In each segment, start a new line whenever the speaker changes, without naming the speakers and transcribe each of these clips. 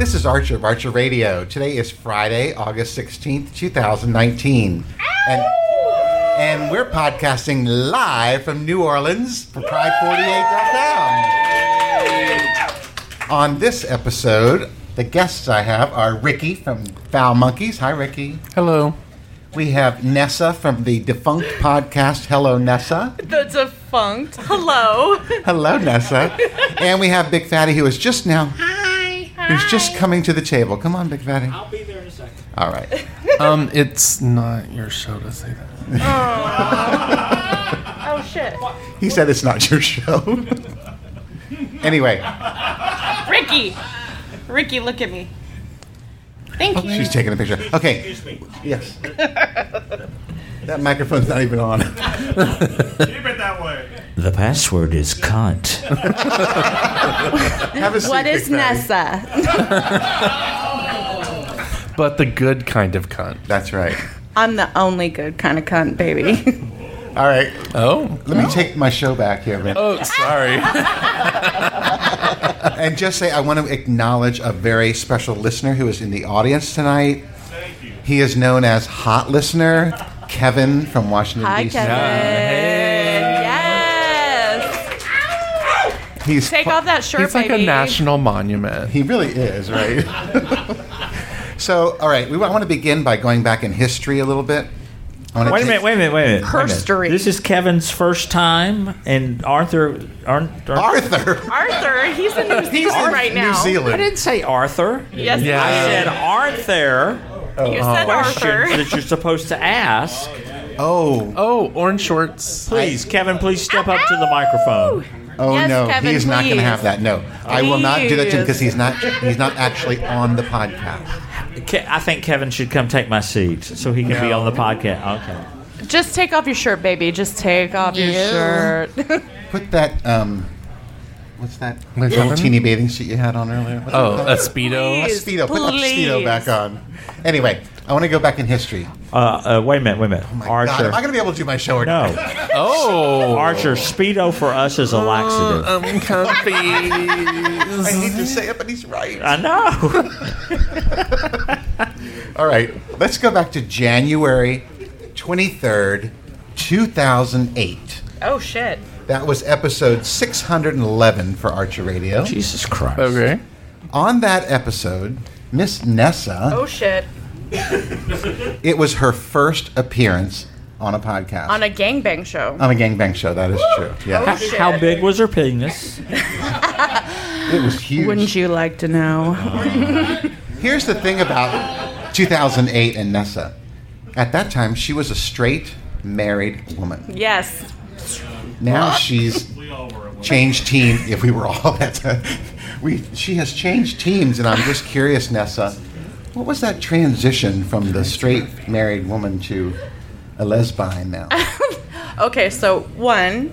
is Archer of Archer Radio. Today is Friday, August 16th, 2019. And, and we're podcasting live from New Orleans from Pride48.com. On this episode, the guests I have are Ricky from Foul Monkeys. Hi, Ricky.
Hello.
We have Nessa from the defunct podcast Hello Nessa.
The defunct. Hello.
Hello, Nessa. and we have Big Fatty, who is just now. Hi. Who's just coming to the table. Come on, Big Fatty.
I'll be there in a second.
All right.
Um, it's not your show to say that.
Oh shit.
He said it's not your show. anyway,
Ricky. Ricky, look at me. Thank you.
she's taking a picture. Okay.
Excuse me.
Yes. That microphone's not even on.
Keep it that way.
The password is cunt.
Have a seat,
What is
Big Fatty.
Nessa?
But the good kind of cunt.
That's right.
I'm the only good kind of cunt, baby.
All right.
Oh.
Let me take my show back here, man.
Oh, sorry.
And just say, I want to acknowledge a very special listener who is in the audience tonight.
Thank you.
He is known as Hot Listener Kevin from Washington,
Hi,
D.C.
Kevin. Yes.
He's
Take off that shirt,
He's like
baby.
a national monument.
He really is, right? so, all right, we wa- I want to begin by going back in history a little bit. I wanna
Wait a
take-
minute, wait a minute, wait a minute. wait a minute.
Herstory.
This is Kevin's first time, and Arthur. Ar- Ar-
Arthur.
Arthur, he's in New Zealand
Arthur,
right now.
New
I
Zealand.
didn't say Arthur.
Yes,
Yeah.
I
I
said, aren't there
did. You said
questions
Arthur.
that you're supposed to ask?
Oh,
Oh, orange shorts.
Please, Kevin, please step up to the microphone.
oh
Yes,
no,
Kevin,
he is not going to
please.
have that. No, I will not do that to him because he's not he's not actually on the podcast.
Ke- I think Kevin should come take my seat so he can be on the podcast. Okay.
Just take off your shirt, baby. Just take off your shirt.
Put that um, what's that
Wait,
little
Kevin?
teeny bathing suit you had on earlier? What's
Oh,
that
a
called?
speedo.
Please.
speedo. Put that speedo
please.
back on. Anyway, I want to go back in history.
Uh, uh, wait a minute, wait a minute.
Oh My
Archer.
God, am I going to be able to do my show or not?
no.
Oh,
Archer, Speedo for us is a laxative.
I'm comfy.
I hate to say it, but he's right.
I know.
All right, let's go back to January 23rd, 2008.
Oh shit.
That was episode 611 for Archer Radio.
Jesus Christ.
okay.
On that episode, Miss Nessa,
Oh shit.
it was her first appearance on a podcast.
On a gangbang show.
on a gangbang show, that is true.
Oh,
Yeah,
How big was her penis?
it was huge.
Wouldn't you like to know?
Here's the thing about 2008 and Nessa. At that time, she was a straight, married woman.
Yes.
Now she's changed team. If we were all that, we she has changed teams, and I'm just curious, Nessa, what was that transition from the straight married woman to a lesbian now?
Okay, so one,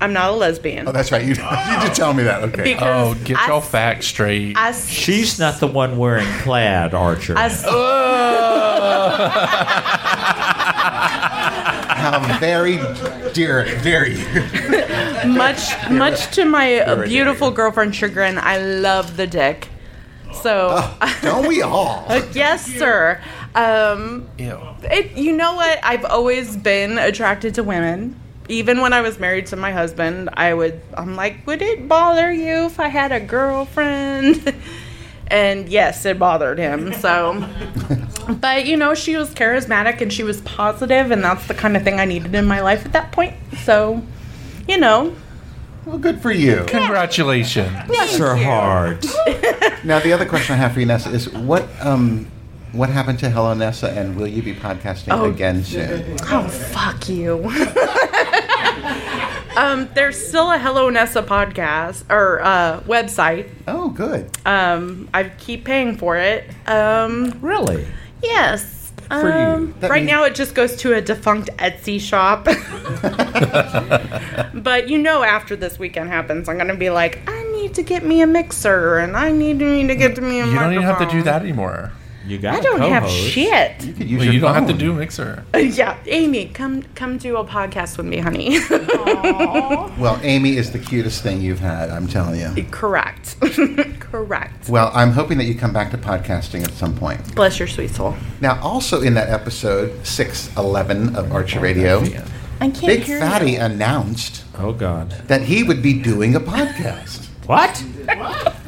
I'm not a lesbian.
Oh, that's right. You, you did tell me that. Okay.
because
Oh, get
I,
your facts straight.
I s-
She's not the one wearing plaid, Archer.
I s-
How Um, very dare dare you?
much much to my uh,
right,
beautiful
you're right.
girlfriend's chagrin, I love the dick. So
Don't we all?
yes, sir. Um,
Ew.
it, you know what? I've always been attracted to women. Even when I was married to my husband, I would. I'm like, would it bother you if I had a girlfriend? and yes, it bothered him. So, but you know, she was charismatic and she was positive, and that's the kind of thing I needed in my life at that point. So, you know,
Well, good for you.
Congratulations.
Bless her heart.
Now, the other question I have for you, Nessa, is what um. What happened to Hello Nessa, and will you be podcasting again soon?
Oh, fuck you. um, there's still a Hello Nessa podcast or uh, website.
Oh, good.
Um, I keep paying for it. Um,
Really?
yes.
you.
Um,
That
right
means-
now, it just goes to a defunct Etsy shop. but you know, after this weekend happens, I'm going to be like, I need to get me a mixer and I need me to get me a
You don't even have to do
microphone."
that anymore.
You got
I
a
don't have
co-host.
shit.
You could use
Well,
your
you don't have to
phone.
do Mixer.
yeah, Amy, come come do a podcast with me, honey.
Well, Amy is the cutest thing you've had, I'm telling you.
Correct. Correct.
Well, I'm hoping that you come back to podcasting at some point.
Bless your sweet soul.
Now, also in that episode 611 of Archer Radio,
I can't
Big
hear
Fatty announced
Oh God.
that he would be doing a podcast.
What?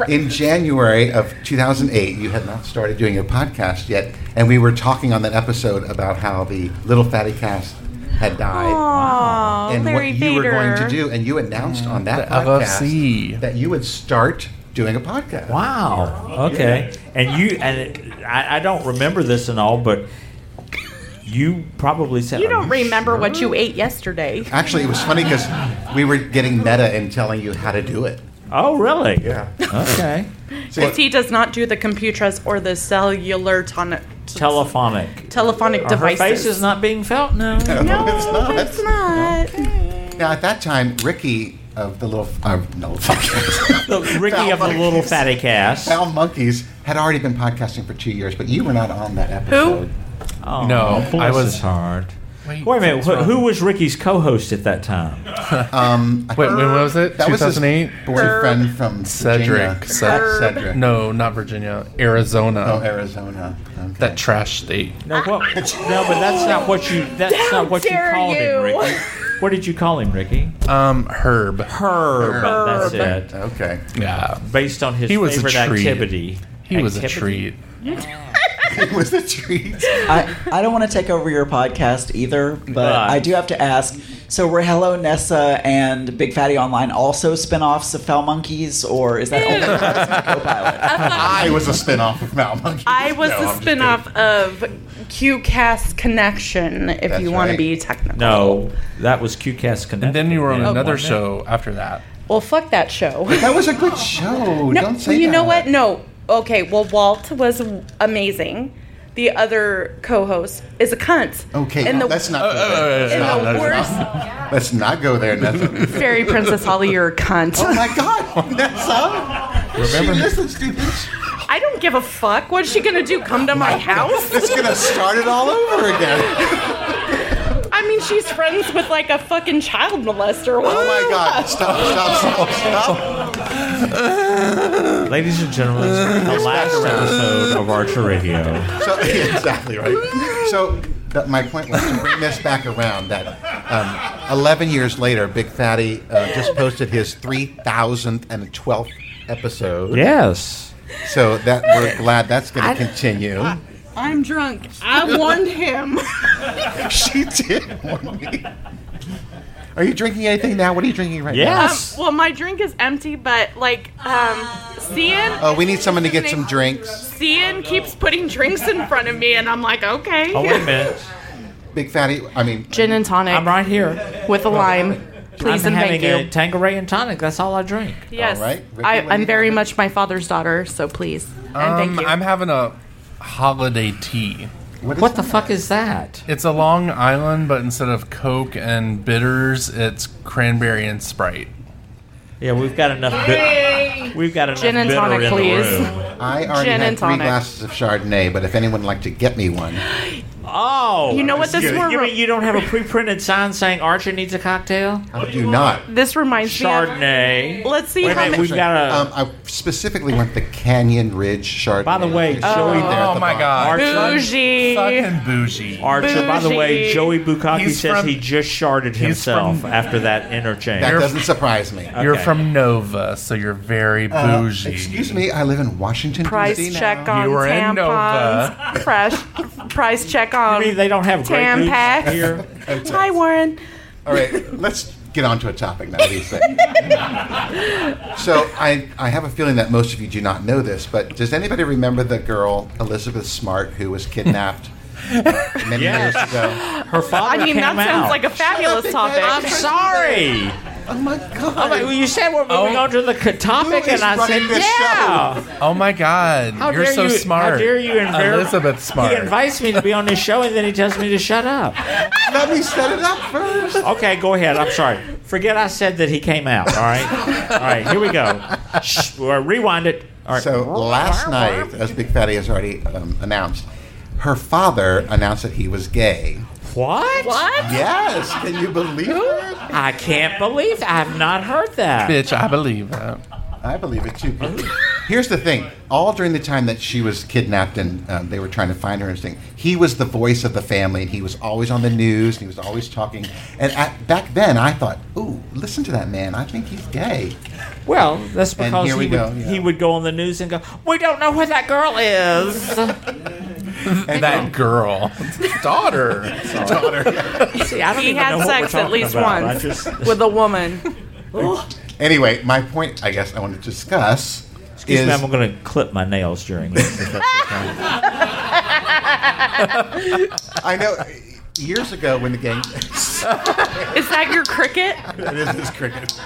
in January of 2008, you had not started doing your podcast yet, and we were talking on that episode about how the Little Fatty cast had died.
Oh,
and
Larry
what
Vader.
you were going to do, and you announced on that
The
podcast
LFC.
that you would start doing a podcast.
Wow. Okay. And you and it, I, I don't remember this and all, but you probably said
You don't
"Are
remember
sure?"
what you ate yesterday.
Actually, it was funny because we were getting meta and telling you how to do it.
Oh, really?
Yeah.
Okay.
Because he does not do the computers or the cellular ton-
Telephonic.
telephonic
Her
devices.
face is not being felt. No.
No, it's not.
It's not.
Now, at that time, Ricky of the little uh, no,
The Ricky of the little fatty cast.
Foul Monkeys had already been podcasting for two years, but you were not on that episode.
Oh,
No,
bless
I was-
his heart.
Wait,
Wait a minute.
what's
Who,
wrong?
who was Ricky's co-host at that time?
Wait, when was it?
That was his
2008.
boyfriend from
Cedric.
Virginia.
Ced-
Cedric.
No, not Virginia. Arizona.
Oh, Arizona. Okay.
that trash state.
No, what, no, but that's not what you. That's
How
not what you
dare
called him,
you.
Ricky. What did you call him, Ricky?
Um, Herb.
Herb.
Herb.
That's it.
okay.
Yeah,
Based on his
He was a
favorite
treat.
activity.
he was a
Activity?
treat.
it was a treat.
I, I don't want to take over your podcast either, but
Right.
I do have to ask. So were Hello Nessa and Big Fatty Online also spin-offs of Foul Monkeys, or is that only co-pilot?
I was a spinoff of Foul Monkeys.
I was
No,
the
I'm just kidding.
spinoff of QCast Connection, if
That's
you want
right.
to be technical.
No, that was QCast Connected.
And then you were on
Yeah.
another
Oh, Wasn't it?
show after that.
Well, fuck that show.
That was a good show.
No,
Don't say
you know
that.
what? No. Okay. Well, Walt was amazing. The other co-host is a cunt.
Okay,
And
no,
the,
let's not. go there.
Uh,
and
no,
the
no,
worst
Let's not go there, Nessa.
fairy princess Holly, you're a cunt.
oh my God, Nessa! Remember, she listens to this.
I don't give a fuck. What's she gonna do? Come to my house?
It's gonna start it all over again.
I mean, she's friends with like a fucking child molester.
Oh my God! Stop! Stop! Stop! Stop!
Ladies and gentlemen, the last episode of Archer Radio.
So, yeah, exactly right. So, but my point was to bring this back around. That um, 11 years later, Big Fatty uh, just posted his 3,012th episode.
Yes.
So that we're glad that's going to continue.
I'm drunk. I warned him.
she did warn me. Are you drinking anything now? What are you drinking right now?
um,
Yes.
well, my drink is empty, but like, um, Cian.
Oh, we need someone to get some drinks.
Cian keeps putting drinks in front of me, and I'm like, okay.
oh, wait a minute.
Big fatty. I mean,
Gin and tonic
I'm right here.
with a lime, please
I'm
and
having
thank
a
you.
Tanqueray and tonic. That's all I drink.
yes,
All right. Ricky,
I,
what do
I'm
you
very
have?
much my father's daughter, so please and
Um,
thank you.
I'm having a holiday tea.
is
What the
that?
fuck is that?
It's a Long Island, but instead of Coke and bitters, it's cranberry and Sprite.
Yeah, we've got enough. Bit- we've got enough
Gin and
bitter
tonic,
in the
please.
room.
I already
Gin
had
and
three
tonic.
glasses of Chardonnay, but if anyone would like to get me one,
Oh,
you know what this
You,
were,
mean you don't have a pre-printed sign saying Archer needs a cocktail?
I do not.
this reminds me.
Chardonnay.
Of, let's see
Wait a
how
minute,
many.
we've got a.
Um, I specifically want the Canyon Ridge Chardonnay.
by the way,
It's
Joey.
right there at
Oh
the
my
bar.
god.
Archer.
bougie.
Fucking bougie.
Archer. By the way,
Bougie.
Joey Bukaki
He's
says
from-
he just sharded himself after that interchange.
That doesn't surprise me.
You're
Okay.
from Nova, so you're very
Uh,
bougie.
excuse me, I live in Washington, D.C.
Price
now.
check on
You were in Nova.
tampons. Fresh. Price check on.
I mean, they don't have great
Tampax.
boots here.
Hi, Warren.
All right, let's get on to a topic now, Lisa. so I, I have a feeling that most of you do not know this, but does anybody remember the girl Elizabeth Smart who was kidnapped many
Yes.
years ago?
Her
I
father
mean,
came
that sounds
out.
like a fabulous topic.
I'm sorry.
Oh my god!
I'm like, well, you said we're moving
Oh.
on to the c- topic,
Who is
and I said,
running this
"Yeah."
Oh my god.
How
you're
dare
so
you-
smart.
How dare you invite
Elizabeth Smart.
He invites me to be on his show, and then he tells me to shut up.
Let me set it up first.
Okay, go ahead. I'm sorry. Forget I said that he came out. All right. All right. Here we go. Shh, well, rewind it. All right.
So last night, as Big Fatty has already um, announced, her father announced that he was gay.
What?
What?
Yes, can you believe it?
I can't believe I've not heard that.
Bitch, I believe that.
I believe it too. Here's the thing: all during the time that she was kidnapped and um, they were trying to find her and everything, he was the voice of the family, and he was always on the news, and he was always talking. And at, back then, I thought, "Ooh, listen to that man! I think he's gay."
Well, that's because he
here we
would,
go, yeah.
he would go on the news and go, "We don't know where that girl is."
And
That girl. Daughter.
See, I don't
He
even know
had
what we're
sex at
talking
least
about. I
once
just-
with a woman.
anyway, my point, I guess, I want to discuss
Excuse
is
me, I'm going to clip my nails during this. if that's okay.
I know years ago when the gang.
Is that your cricket?
It is this cricket.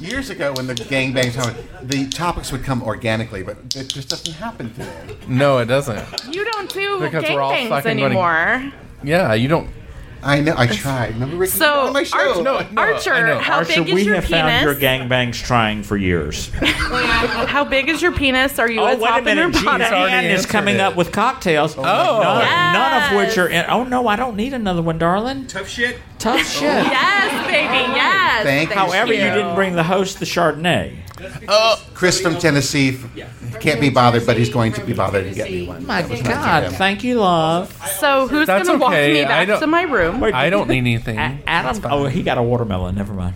Years ago, when the gangbangs happened, the topics would come organically, but it just doesn't happen today.
No, it doesn't.
You don't do
Because we're all
gangbangs
fucking running-
anymore.
Yeah, you don't.
I know. I tried. Remember, Ricky?
So,
on my show.
Arch-
No, no, I
Archer,
know.
how
Archer,
big
we
is your
have found your
penis?
gangbangs trying for years.
how big is your penis? Are you
Oh,
a top in your
Jeez,
bottom?
already
Ann is
answered
coming
it.
up with cocktails.
Oh.
none, none of
Yes.
which are in. Oh no, I don't need another one, darling.
Tough shit. Oh,
Tough shit.
Yes, baby, yes.
Thank you.
However, you. didn't bring the host the Chardonnay.
Chris from Tennessee f- can't be bothered, but he's going to be bothered to get me one.
My God, thank you, love.
So who's
That's
gonna walk
okay,
me
I
back
don't-
to my room?
I don't need anything.
A- Adam. Oh, he got a watermelon. Never mind.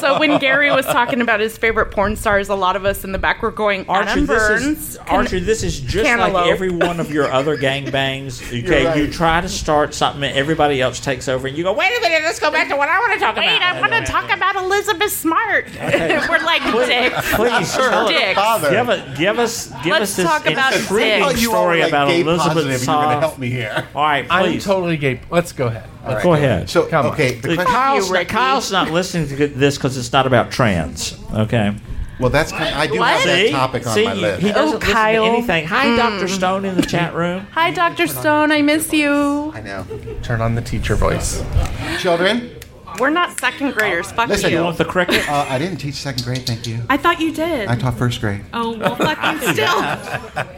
So when Gary was talking about his favorite porn stars, a lot of us in the back were going,
Archer,
Adam
this
Burns.
is Archer. This is just like
cantaloupe.
every one of your other gangbangs. Okay,
right.
you try to start something, and everybody else takes over, and you go, "Wait a minute, let's go back to what I want to talk
Wait,
about."
I want to talk about Elizabeth Smart. we're like dicks.
Please tell us-
Dicks.
Father.
Give, us, give us, give
Let's
us this
talk about
intriguing
dicks.
Oh, you
story
are like
about
gay
Elizabeth
positive. You're going to
Saw.
help me here.
All right,
I'm
please.
totally gay. Let's go ahead. Let's-
Go ahead.
So,
Come on.
okay, the
Look,
question.
Kyle's,
You, Ricky.
Kyle's not listening to this because it's not about trans. Okay.
Well, that's kind. I do have
What?
that
See?
topic on
See,
my
he
list.
doesn't
Oh,
listen
Kyle. Hmm.
to anything. Hi, Dr. Stone in the chat room.
Hi, Dr. Stone. I miss you.
I know.
Turn on the teacher voice.
Children,
We're not second graders. Fuck
Listen,
you.
You want the cricket?
uh, I didn't teach second grade. Thank you.
I thought you did.
I taught first grade
oh, well, fucking still.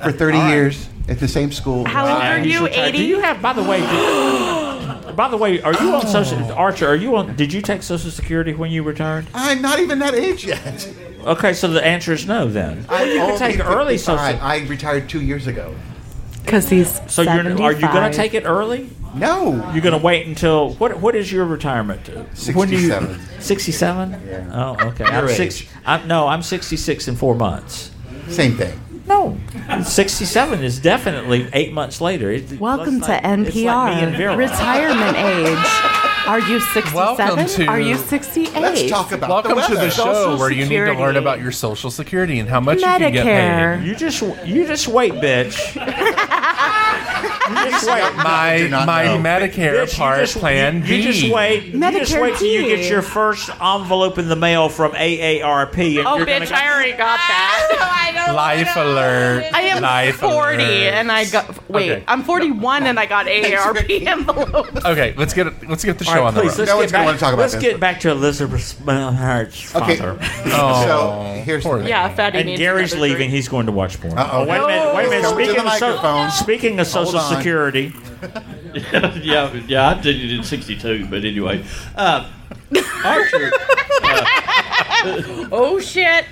for 30 years at the same school.
How old are you?
Do you
80?
have? By the way. do- By the way, are you on social
Oh.
Archer? Are you on? Did you take Social Security when you retired?
I'm not even that age yet.
Okay, so the answer is no. Then
I you
can take early social-
I retired two years ago.
Because he's
So you're, are you going
75.
to take it early?
No.
You're going to wait until what? What is your retirement? to- When do you?
67.
Sixty-seven.
Yeah.
Oh, okay. I'm
Your
six.
age.
I'm, no, I'm sixty-six in four months.
Same thing.
No, sixty-seven is definitely eight months later. It-
Welcome
it's
to
like- it's like me and
NPR.
Vera.
Retirement age. Are you 67?
Welcome to-
Are you 68?
Let's talk about
Welcome
the
to the
weather.
show
Social
where you need to learn
Security.
about your social security and how much you can get
Medicare.
You just you just wait, bitch. you just wait.
paid. My
not
my
know.
Medicare
Bitch,
part
you just,
plan
you, you
B.
just wait. You just
Medicare
wait till you get
D.
your first envelope in the mail from AARP. And
Oh,
you're gonna
bitch,
go,
I already got that.
Life alert.
I am
Life
40
alert.
and I got. Wait,
Okay.
I'm 41 and I got AARP envelopes.
Okay, let's get let's get the
All
show
right,
on the
please, let's
road.
No
get
one's gonna
back-
wanna talk about
Let's
this.
get back to Elizabeth's Smith's
Okay.
father.
so here's
Oh, poor
the thing.
Yeah, fatty
And
needs
Gary's
another drink.
leaving. He's going to watch porn.
Uh-oh.
Wait a minute. Wait a minute.
Come to
Speaking
the
of, so,
microphone.
speaking of Social
Hold on.
Security,
yeah, yeah, I did it in '62, but anyway, uh, Archer.
Oh, shit.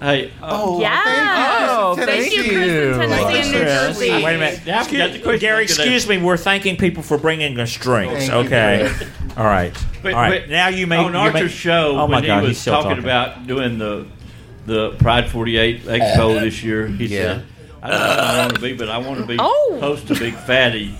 hey, uh,
Oh,
Yeah.
Oh,
Thank you, Chris in Tennessee and New
Chris.
Jersey.
Wait a minute.
Yeah, I forgot the question.
Gary,
Look at that.
excuse me. We're thanking people for bringing us drinks.
Thank you,
okay. All right.
But-
All right.
but
now you may.
on
you may-
Archer's show
Oh my
when
God,
he
he's
was
still
talking,
talking.
about doing the the Pride 48 Expo this year. He
Yeah.
said, "I don't know what I want to be, but I want to be
Oh.
close to Big Fatty."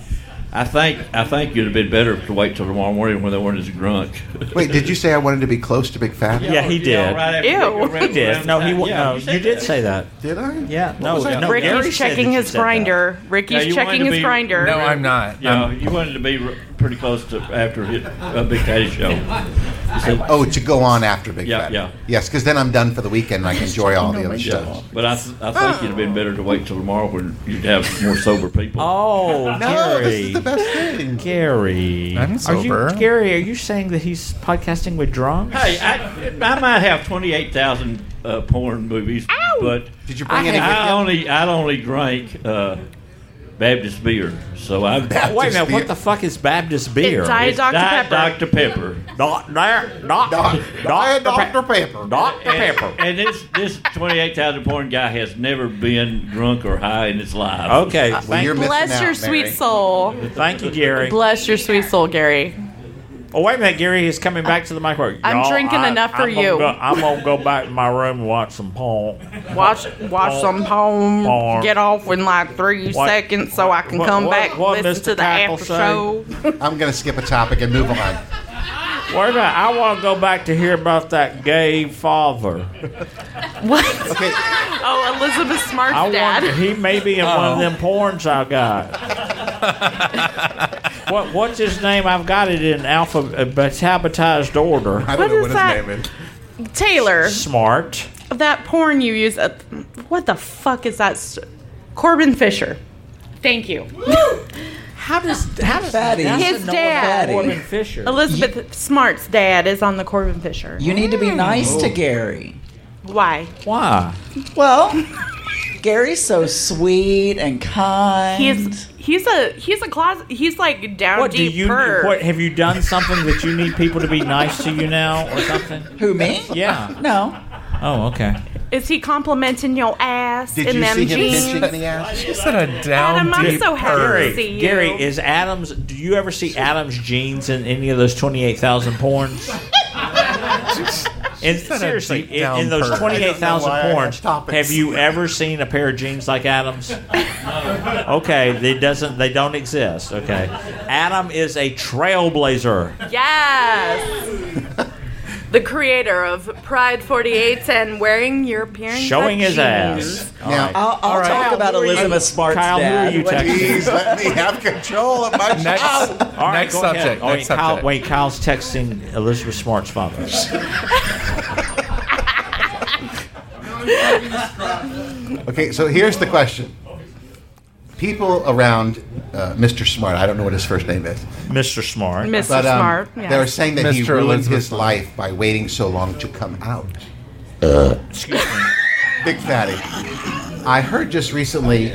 I think I think you'd have been better to wait till tomorrow morning when they weren't as drunk.
Wait, did you say I wanted to be close to Big Fat?
Yeah, he did.
right after
Ew.
they go around-
He did.
around
No,
the
he.
time.
wa-
Yeah,
no,
you
you,
said
did
that.
say that.
Did I?
Yeah. No.
was that?
no
Rick,
Gary
Ricky's
said that
checking
you
his
said that.
grinder.
Yeah,
Ricky's
you wanted
checking
to
his
be-
grinder.
No, I'm not.
Yeah,
Um,
you wanted to be r- pretty close to after hit, a Big Fatty uh, show. So-
Oh, to go on after Big
Yeah,
Fat.
yeah.
Yes, because then I'm done for the weekend. and I can enjoy all the other
yeah,
shows.
but I, th- I think it'd have been better to wait till tomorrow when you'd have more sober people.
Oh,
No,
Gary.
this is the best thing.
Gary.
I'm
Are
sober.
you, Gary, are you saying that he's podcasting with drums?
Hey, I, I might have twenty-eight thousand uh, porn movies, but
Did you
I
bring any
have-
with
I
you?
only I only drank uh, Baptist beer, so I've
Baptist
Wait a minute,
beer.
what the fuck is Baptist beer?
It's Diet Dr.
Diet
Pepper.
Dr. Pepper.
Doc, there, doc,
Doc- Diet Dr.
Pepper.
Pepper.
Dr.
And-
Pepper.
And this this twenty-eight thousand porn guy has never been drunk or high in his life.
Okay, thank,
you're-
Bless
missing
your
out,
sweet
Mary.
soul.
thank you, Gary.
Bless your sweet soul, Gary.
Oh, wait a minute, Gary is coming back to the microphone.
I'm
Y'all,
drinking enough for
I'm gonna
you.
go- I'm going to go back to my room and watch some porn.
Watch, watch some porn.
Porn.
Get off in like three
What-
seconds, so I can
what-
come
what-
back
what
listen
Mr.
to the
Tackle
after
say?
show.
I'm going to skip a topic and move on.
Wait a minute, I want to go back to hear about that gay father.
What?
Okay,
Oh, Elizabeth Smart's
I
dad.
want, he may be in one of
Oh.
them porns I got. what what's his name? I've got it in uh, alphabetized order.
I don't
What
know
is
what his
that?
name is.
Taylor,
Smart.
that porn you use. Uh, what the fuck is that? St- Corbin Fisher. Thank you.
How does how does
Fatty.
that's
His
Noah
dad.
Fatty.
Corbin Fisher?
Elizabeth Smart's dad is on the Corbin Fisher.
You need to be nice to Gary.
Why?
Why?
Well, Gary's so sweet and kind.
He's he's a he's a closet. He's like down
What do
deep
you
perv.
what have you done something that you need people to be nice to you now or something?
who me?
Yeah.
No.
Oh, okay.
Is he complimenting your ass
Did
in
you
them
see him
jeans?
pinching in the ass?
She said a down
Adam, I'm
deep
so happy.
earth.
See you.
Gary, is Adams do you ever see Adams jeans in any of those twenty eight thousand porns? And
Set a
seriously,
deep
in,
down
in those
purpose.
twenty-eight thousand
I don't know why I have
porns,
topics.
have you ever seen a pair of jeans like Adam's? okay, they doesn't. They don't exist. Okay, Adam is a trailblazer.
Yes. the creator of Pride 48 and wearing your appearance.
Showing his ass. All
Now-
right.
I'll, I'll talk about Elizabeth Smart's
Kyle, who
dad.
are you texting?
Please let me have control of my
Next.
Oh,
show.
All right,
Next
go ahead.
subject,
Oh, wait,
next
Kyle,
subject.
Wait, Kyle's texting Elizabeth Smart's father.
Okay, so here's the question. People around uh, Mr. Smart, I don't know what his first name is,
Mr. Smart.
Mr.
but um,
Smart. yes.
they're saying that he
Mr.
ruined
Elizabeth
his
Smart.
life by waiting so long to come out.
Excuse me.
Big Fatty, I heard just recently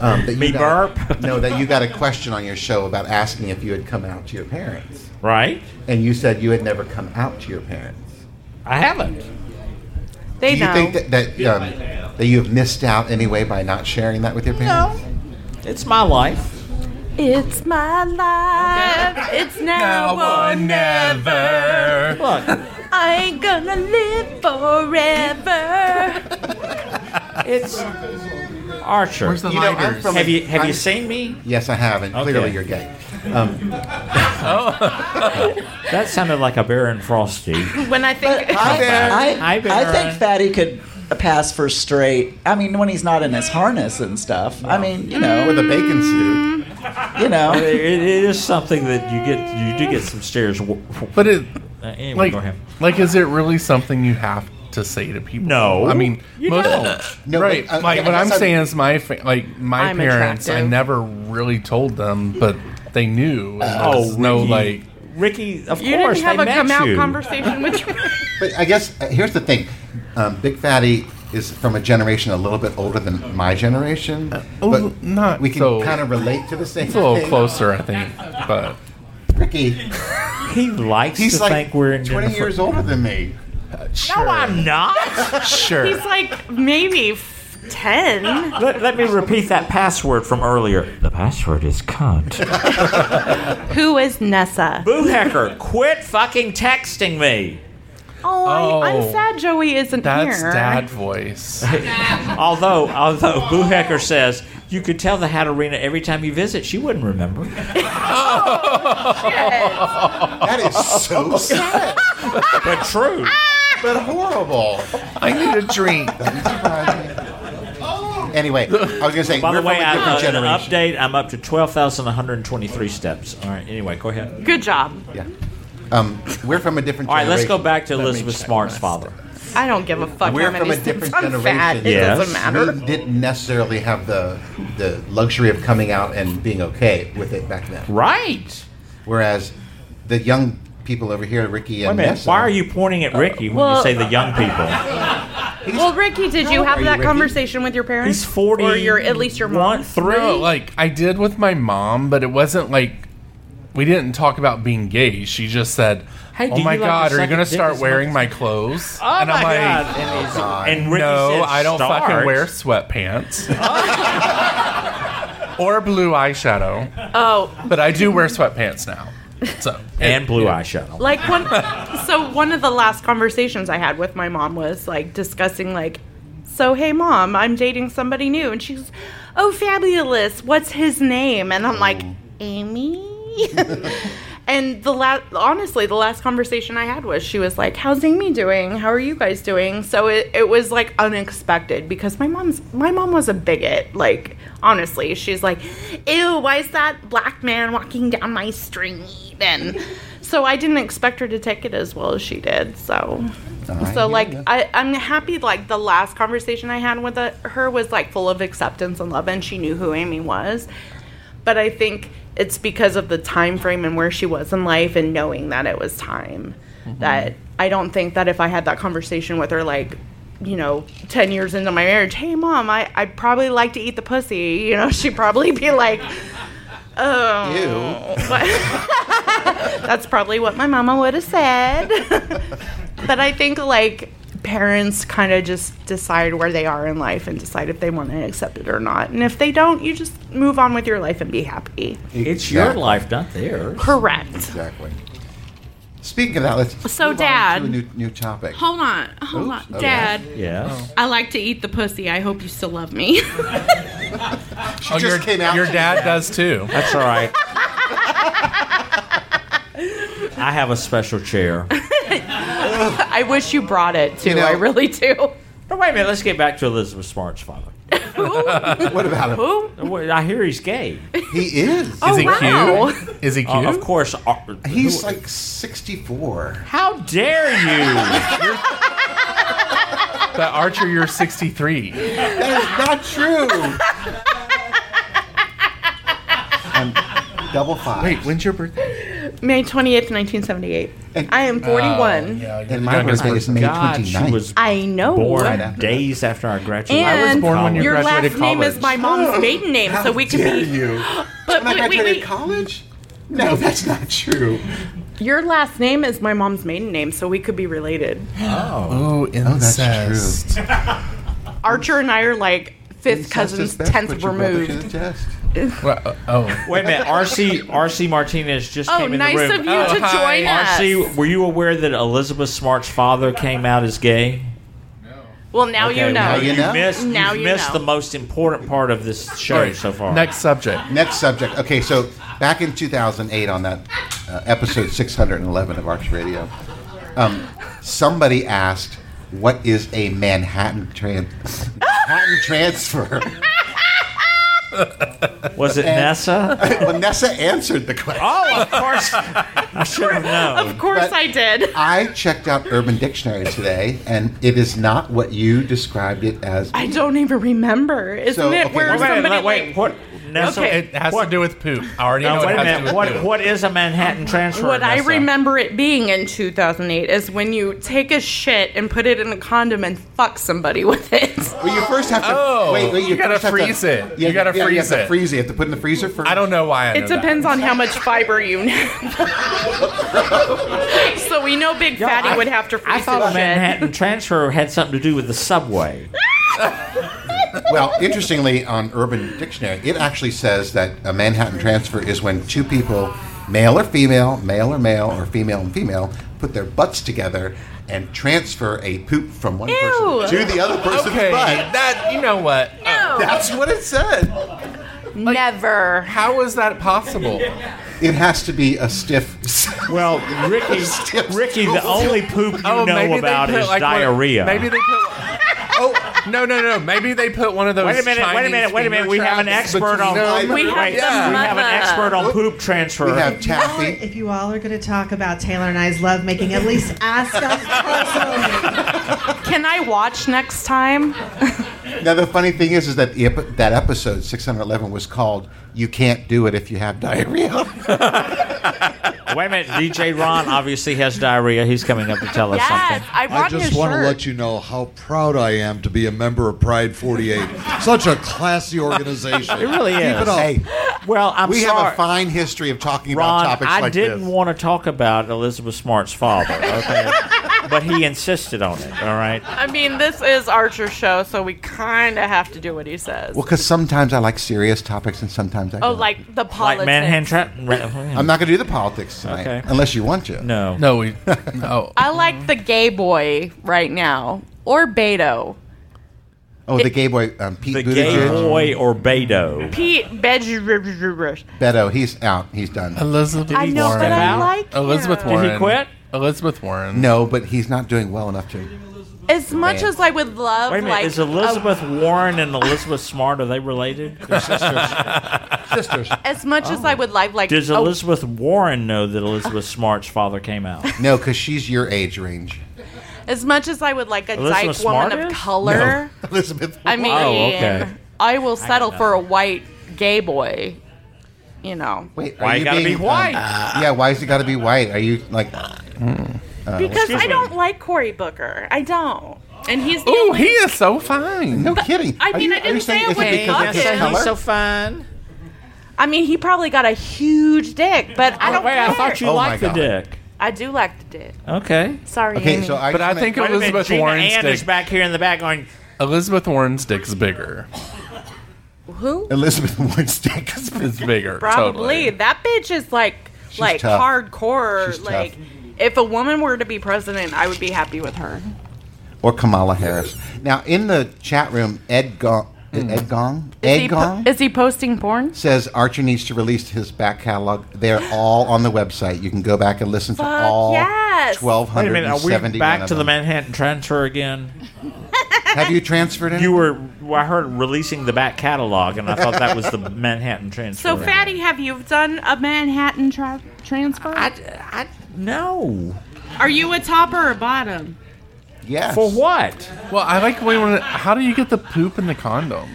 um, that you
Me
got,
burp?
no, that you got a question on your show about asking if you had come out to your parents,
Right?
and you said you had never come out to your parents.
I haven't.
they
Do you
know.
think that that, um, that you have missed out anyway by not sharing that with your parents?
It's my life.
it's my life. It's now,
Now
or
or never.
Look,
I ain't gonna live forever.
it's Archer.
Where's the
You know, I'm
lighters?
from-
have you have
I'm-
you seen me?
Yes, I have, and clearly
Okay.
you're gay.
That sounded like a Baron Frosty.
when I think
I,
Hi,
I, I
Baron.
think Fatty could pass for straight. I mean, when he's not in his harness and stuff. I mean, you know,
With a bacon suit.
you
it,
know.
it is something that you get. You do get some stares. But
But it,
Uh, anyway,
like,
go ahead.
like, is it really something you have to say to people?
No.
I mean,
You
most,
don't.
No,
right?
but, uh,
like,
yeah,
what
I
I'm
guess I-
saying is, my fa- like my
I'm
parents,
attractive.
I never really told them, but they knew. And there was
Oh,
no,
Ricky.
like,
Ricky. Of
you
course,
didn't have
they
a
met
come out
you.
conversation with your
But I guess uh, here's the thing: um, Big Fatty is from a generation a little bit older than my generation.
oh,
but
not
we can
so-
kind of relate to the same.
it's a little
thing.
closer, I think. But
Ricky,
He likes
he's
to
like
think we're in
20
different-
years older than me.
No, I'm not.
sure.
He's like maybe f- 10.
let, let me repeat that password from earlier.
The password is cunt.
Who is Nessa?
Boo hacker, quit fucking texting me.
Oh, I, I'm
Oh.
sad Joey isn't
that's
here.
dad voice.
Although, although Boo hacker says you could tell the Hatterina every time you visit, she wouldn't remember.
That is so sad,
But true.
but horrible.
I need a drink.
Anyway, I was going to say
By
we're
the way,
from a
I,
different
uh, an
generation.
update. I'm up to twelve thousand one hundred twenty-three steps. All right. Anyway, go ahead.
Good job.
Yeah. Um, we're from a different.
All right, let's go
generation.
back to
me
Elizabeth
check
Smart's
my
father.
I don't give a fuck
We're
how many
from a
sins
different
I'm fat.
generation.
It
Yes.
doesn't matter.
We didn't necessarily have the the luxury of coming out and being okay with it back then.
Right.
Whereas the young people over here, Ricky
Wait a
and
minute.
Nessa,
Why are you pointing at Ricky when you
Well-
say the young people?
Well, Ricky, did you
Are
have
you
that
Ricky?
conversation with your parents?
He's forty.
Or your at least your mom?
One, three.
No, like I did with my mom, but it wasn't like we didn't talk about being gay. She just said,
Hey,
"Oh
do
my
you like
god,
to
are you
suck
gonna
a dick
start
as
wearing
much
my clothes?"
Oh
and
my
I'm like,
god! And, he's-
God.
and Ricky
"No,
said,
I don't
"Start."
fucking wear sweatpants." or blue eyeshadow,
Oh,
but I do wear sweatpants now. So
And blue eyeshadow.
like one. so one of the last conversations I had with my mom was like discussing like, so hey mom, I'm dating somebody new, and she's, oh fabulous, what's his name? And I'm like, Amy. And the last, honestly, the last conversation I had was she was like, "How's Amy doing? How are you guys doing?" So it, it was like unexpected because my mom's my mom was a bigot. Like honestly, she's like, "Ew, why is that black man walking down my street?" And so I didn't expect her to take it as well as she did. So,
right,
so
yeah,
like
yeah.
I, I'm happy. Like the last conversation I had with uh her was like full of acceptance and love, and she knew who Amy was but I think it's because of the time frame and where she was in life and knowing that it was time that I don't think that if I had that conversation with her like you know 10 years into my marriage hey mom I I probably like to eat the pussy you know she'd probably be like oh
Ew.
that's probably what my mama would have said but I think like parents kind of just decide where they are in life and decide if they want to accept it or not. And if they don't, you just move on with your life and be happy.
It's your
Exactly.
life, not theirs.
Correct.
Exactly. Speaking of that, let's
So,
move on
Dad-
to a new, new topic.
Hold on. Hold
Oops,
on.
okay.
Dad,
Yes.
I like to eat the pussy. I hope you still love me.
She
Oh,
just
your,
came out.
your dad does too.
That's all right. I have a special chair.
I wish you brought it too.
You know-
I really do.
No, wait a minute. Let's get back to Elizabeth Smart's father.
What about him?
Who? Oh.
Well, I hear he's gay.
He is.
Oh,
Is he
wow.
cute? Is he cute?
Uh, of course. uh,
He's
who-
like 64.
How dare you?
But Archer, you're 63.
That is not true. I'm double five.
Wait, when's your birthday?
May 28th, 1978.
And-
I am 41.
and my birthday is May
God, she
29th.
was
I know.
born
Right after
days after our graduation.
And
born when you
your last
graduated
name is
college.
my mom's maiden name,
How
so we could
dare
be.
you?
But
When I
wait, wait,
graduated
wait.
college? No, that's not true.
Your last name is my mom's maiden name, so we could be related.
Oh,
that's
incest.
Archer and I are like fifth cousins, tenth removed.
Well, uh, oh,
Wait a minute. RC RC Martinez just
Oh,
came in the
nice
room.
of you
Oh,
to
hi.
join us.
RC, were you aware that Elizabeth Smart's father came out as gay?
well, now
Okay,
you know.
now
well,
you know.
missed,
Now
you've
you
missed
know.
the most important part of this show
Alright,
so far.
Next subject.
Next subject. Okay, so back in 2008 on that uh, episode 611 of Arch Radio, um, somebody asked, "What is a Manhattan tran- Manhattan transfer?"
Was it Nessa?
Vanessa answered the question.
oh, of course. I should have known.
Of course
But-
I did.
I checked out Urban Dictionary today, and it is not what you described it as.
I don't even remember. Isn't
So,
it
okay,
where
wait,
somebody
wait, wait,
like,
what? Nessa,
Okay.
It has to do with poop. I already
no,
know
wait
it
a
has
minute.
to do with
What,
poop.
what is a Manhattan transfer?
what I
Nessa?
remember it being in 2008 is when you take a shit and put it in a condom and fuck somebody with it.
Well, you first have to
Oh,
wait. wait
you gotta
first have to-
freeze it.
Yeah,
You gotta
yeah,
freeze
you have To
it.
freeze it. You have to put it in the freezer first.
I don't know why I know
It depends on how much fiber you have. so we know Big Fatty
I-
would have to freeze
I thought a
his shit.
Manhattan transfer had something to do with the subway.
Well, interestingly, on Urban Dictionary, it actually says that a Manhattan transfer is when two people, male or female, male or male, or female and female, put their butts together and transfer a poop from one
Ew.
person to the other
that.
person's
Okay,
butt.
that you know what?
That's what it said.
Never.
How is that possible?
It has to be a stiff.
Well, Ricky, Ricky, the only poop you know
Oh,
Oh, maybe they
about
put,
is
like, one-
diarrhea.
maybe they put.
oh,
No, no, no. Maybe they put one of those.
Wait a minute, wait a minute, wait a minute. We have an expert on
know-
wait,
We
we
have
the
have an
mother.
expert on poop transfer.
We have
Y'all,
Taffy.
if you all are going to talk about Taylor and I's love making, at least ask us personally.
Can I watch next time?
Now the funny thing is, is that the epi- that episode 611 was called "You Can't Do It If You Have Diarrhea."
Wait a minute. DJ Ron obviously has diarrhea. He's coming up to tell us
Yes,
something.
I brought
I just
his
want
shirt.
to let you know how proud I am to be a member of Pride 48. Such a classy organization.
It really
Keep
is.
it up.
hey,
Well, I'm
we
sorry.
have a fine history of talking
Ron,
about topics
I
like
didn't
this.
want to talk about Elizabeth Smart's father, okay? but he insisted on it, all right?
I mean, this is Archer's show, so we kind of have to do what he says.
well, because sometimes I like serious topics, and sometimes I
oh,
don't.
like the politics.
Like Manhattan Trap.
I'm not going to do the politics tonight,
Okay.
unless you want to.
No.
No, we. No.
I like the gay boy right now, or Beto.
Oh, the gay boy, um, Pete
The gay
Buttigieg,
boy or Beto.
Pete Bedge.
Beto, he's out. He's done.
Elizabeth
I know,
Warren.
but I
Wow.
like him.
Elizabeth Warren.
Did he quit?
Elizabeth Warren.
No, but he's not doing well enough to.
As much
Man.
as I would love,
Wait a minute.
like
is Elizabeth Warren and Elizabeth Smart, are they related?
Sisters.
as much as I would like, like
Oh. Does
a-
Elizabeth Warren know that Elizabeth Smart's father came out?
No, because she's your age range.
as much as I would like a
Elizabeth
dyke woman
Smart
of
is?
color.
Elizabeth.
I mean,
Oh, okay.
I will settle
know.
for a white gay boy. You know,
Wait, are
Why you gotta
being,
be white?
um, yeah, why is he got to be white? Are you like?
because
excuse
I
me.
don't like Corey Booker. I don't, and he's the
Ooh,
only-
he is so fine.
No kidding.
I
Are
mean,
you-
I
are you
didn't
saying
say
is
I
it
wouldn't
because
fuck
of his
him.
color?
fun.
I mean, he probably got a huge dick, but I don't.
Wait,
care.
I thought you
Oh my
liked the
God.
dick.
I do like the dick.
Okay.
Sorry,
Okay,
Amy.
so I
But
just
I
wanna-
think
Wait a minute,
Elizabeth
Gina
Warren's
Ann is
dick.
back here in the back going,
Elizabeth Warren's dick's bigger.
who?
Elizabeth Warren's dick is
It's bigger.
Probably
Totally.
that bitch is like
She's
like
tough.
hardcore.
She's tough.
like, if a woman were to be president, I would be happy with her.
or Kamala Harris. Now in the chat room, Ed Gong, Ed Gong, Ed Gong
is he posting porn?
says Archer needs to release his back catalog. They're all on the website. You can go back and listen to
Fuck
all
yes.
twelve
wait a
hundred
minute,
and
are we
seventy.
back to the Manhattan transfer again?
Have you transferred in?
You were, well, I heard releasing the back catalog, and I thought that was the Manhattan transfer.
So, Fatty, have you done a Manhattan tra- transfer?
I, I, no.
Are you a top or a bottom?
yes.
For what?
Well, I like when. How do you get the poop in the condom?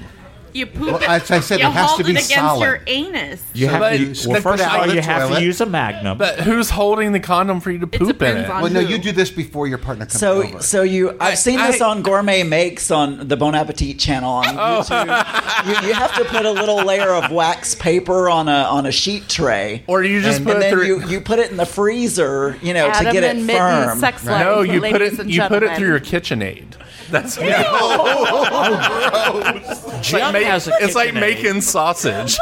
You poop
Well,
it.
as I said,
you
it has
hold
to be
it against
solid.
your anus.
You have
But-
to.
Well,
stick
first
it
of
out
all,
the
you have
toilet.
to use a magnum.
But who's holding the condom for you to poop in
depends
it?
on-
Well, no,
Who?
you do this before your partner comes
So,
over.
so you, I've seen this
Oh, I-
on Gourmet Makes on the Bon Appetit channel on
Oh.
YouTube. you, you have to put a little layer of wax paper on a on a sheet tray,
or you just
And-
put
and
it
then
through.
you, you put it in the freezer, you know,
Adam
to get
and
it
Mitten
firm.
sex life,
no, you put
ladies
it.
and
You put it
gentlemen.
through your KitchenAid. That's
Jim has a
it's like
KitchenAid.
making sausage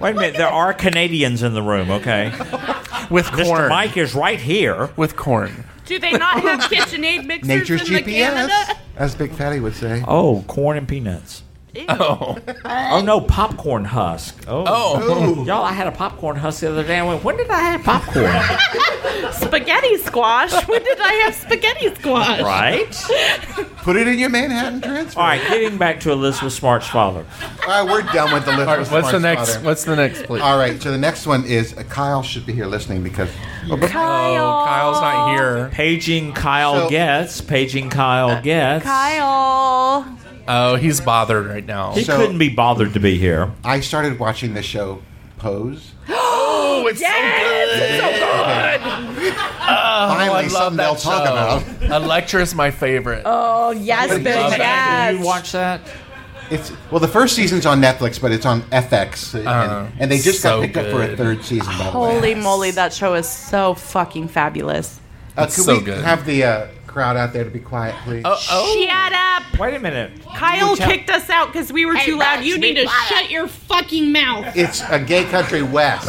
Wait a minute, there are Canadians in the room, okay?
with corn.
Mr. Mike is right here.
With corn.
Do they not have KitchenAid mixers
Nature's
in the
GPS,
Canada?
as Big Fatty would say.
Oh, corn and peanuts.
Oh,
Oh no, popcorn husk. Oh.
oh.
Y'all, I had a popcorn husk the other day. I went, when did I have popcorn?
Spaghetti squash. When did I have spaghetti squash?
right?
Put it in your Manhattan transfer.
All right, getting back to Elizabeth Smart's father.
All right, we're done with the list.
All right, what's the next? What's the next, please?
All right, so the next one is uh, Kyle should be here listening because
Oh, Kyle's not here.
Paging Kyle
So-
Getz. Paging Kyle Getz.
Uh, Kyle.
Oh, he's bothered right now.
He
So-
couldn't be bothered to be here.
I started watching the show Pose.
Oh, it's
Oh,
Oh,
Finally, something they'll talk about.
Electra's my favorite.
Oh yes,
Love that.
Did
yes.
you watch that?
It's well, the first season's on Netflix, but it's on FX, and,
Uh,
and they just
so
got picked up for a
good.
third season. By the way,
Holy moly, that show is so fucking fabulous.
uh, could
It's so
we
good.
have the uh, crowd out there to be quiet, please?
oh, oh.
Shut up.
Wait a minute.
Kyle
You tell-
kicked us out because we were too loud. You need to shut.
your fucking mouth.
It's a gay country west.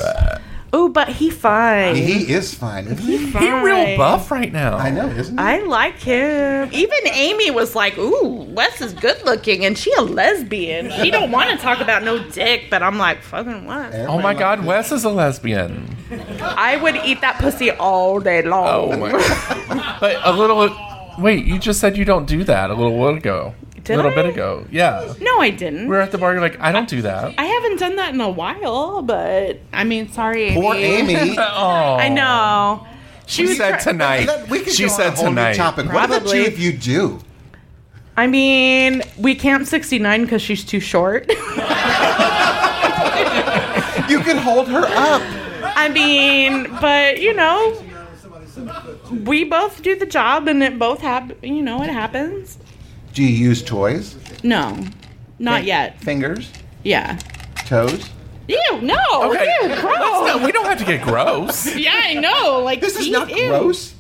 Oh, but he fine.
he is fine. Isn't he?
he real buff right now.
I know, isn't he?
I like him. Even Amy was like, "Ooh, Wes is good looking, and she a lesbian. She don't want to talk about no dick." But I'm like, "Fucking what?"
Oh
Everybody
my
likes
God,
it.
Wes is a lesbian.
Oh.
I would eat that pussy all day long.
Oh my God. But a little Wait, you just said you don't do that a little while ago.
Did
a little
I?
bit ago. Yeah.
No, I didn't.
We were at the bar, you're like, I don't do that.
I haven't done that in a while, but I mean, sorry,
Poor Amy.
Oh.
I know. She
She
was try-
said tonight.
We could
She
go on
said
a whole new
tonight.
topic. What about you
Probably.
if you do?
I mean, we camped 69 because she's too short.
You can hold her up.
I mean, but you know, we both do the job, and it both hap- You know, it happens.
Do you use toys?
No, not yet.
Fingers?
Yeah.
Toes?
Ew, no.
Okay.
Ew, gross.
No, we don't have to get gross.
Yeah, I know. Like
This is
eat-
not
ew.
gross.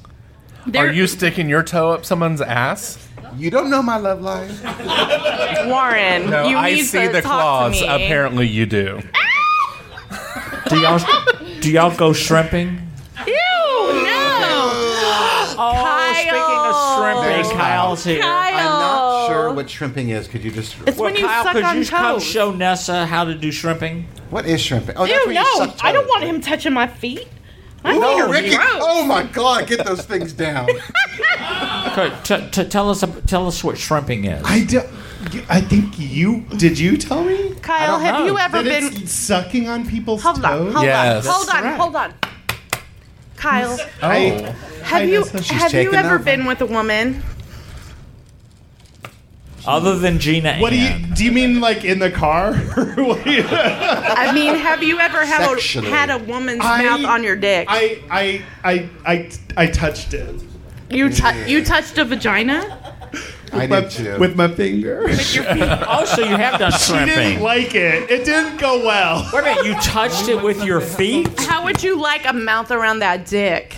They're
Are you sticking your toe up someone's ass?
You don't know my love life.
Warren? you
I
need
see
to
the
talk
claws.
To me.
Apparently, you do.
Do y'all do y'all go shrimping?
Ew, no.
Oh, speaking of
There's
shrimping, Kyle's here.
Kyle.
I'm not sure what shrimping is. Could you just?
It's when you
Kyle,
suck
could
on
you come
toes.
show Nessa how to do shrimping?
What is shrimping? Oh, that's
Ew,
where you
no.
suck
I don't
toes,
want
right?
him touching my feet. My
No,
feet are
Ricky.
gross.
Oh my God, get those things down.
Okay, t- t- tell us tell us what shrimping is.
I do, I think you did. You tell me
Kyle,
don't
have
know.
you ever
that
been?
it's sucking on people's
Hold on,
toes.
hold
Yes.
on, hold on,
That's
hold on. Kyle,
Oh.
I-
have you
Vanessa. She's
have you
taking
ever
over.
been with a woman?
Other than Gina,
what do you
Ann.
do? You mean like in the car? What do you-
I mean, have you ever had a,
Sexually.
had a woman's
I-
mouth on your dick?
I I I I I touched it.
you tou- you touched a vagina?
I
My-
did too.
with my finger.
Oh, so you have done
She didn't
shrimping.
like it. It didn't go well.
Wait a minute, you touched it with your feet?
How would you like a mouth around that dick?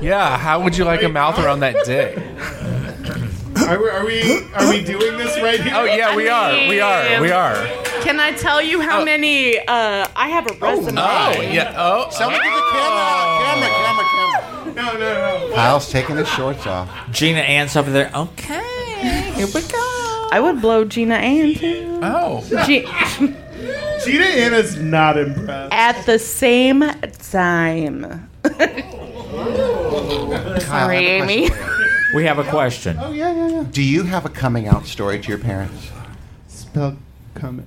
Yeah. How would you like a mouth around that dick?
Are we, are we are we doing this right here?
Oh yeah, we are. We are. We are.
Can I tell you
Oh.
how many? Uh, I have a resume.
Oh yeah. Oh.
Someone get the camera out. Camera, camera, camera.
No, no, no.
Kyle's taking his shorts off.
Gina Ann's over there. Okay, here we go.
I would blow Gina Ann too.
Oh.
Ge-
Gina Anna's not impressed.
at the same time.
Kyle, I have a
Sorry, Amy.
question for you.
We have a question.
Oh, Yeah, yeah, yeah.
Do you have a coming out story to your parents?
Spell coming.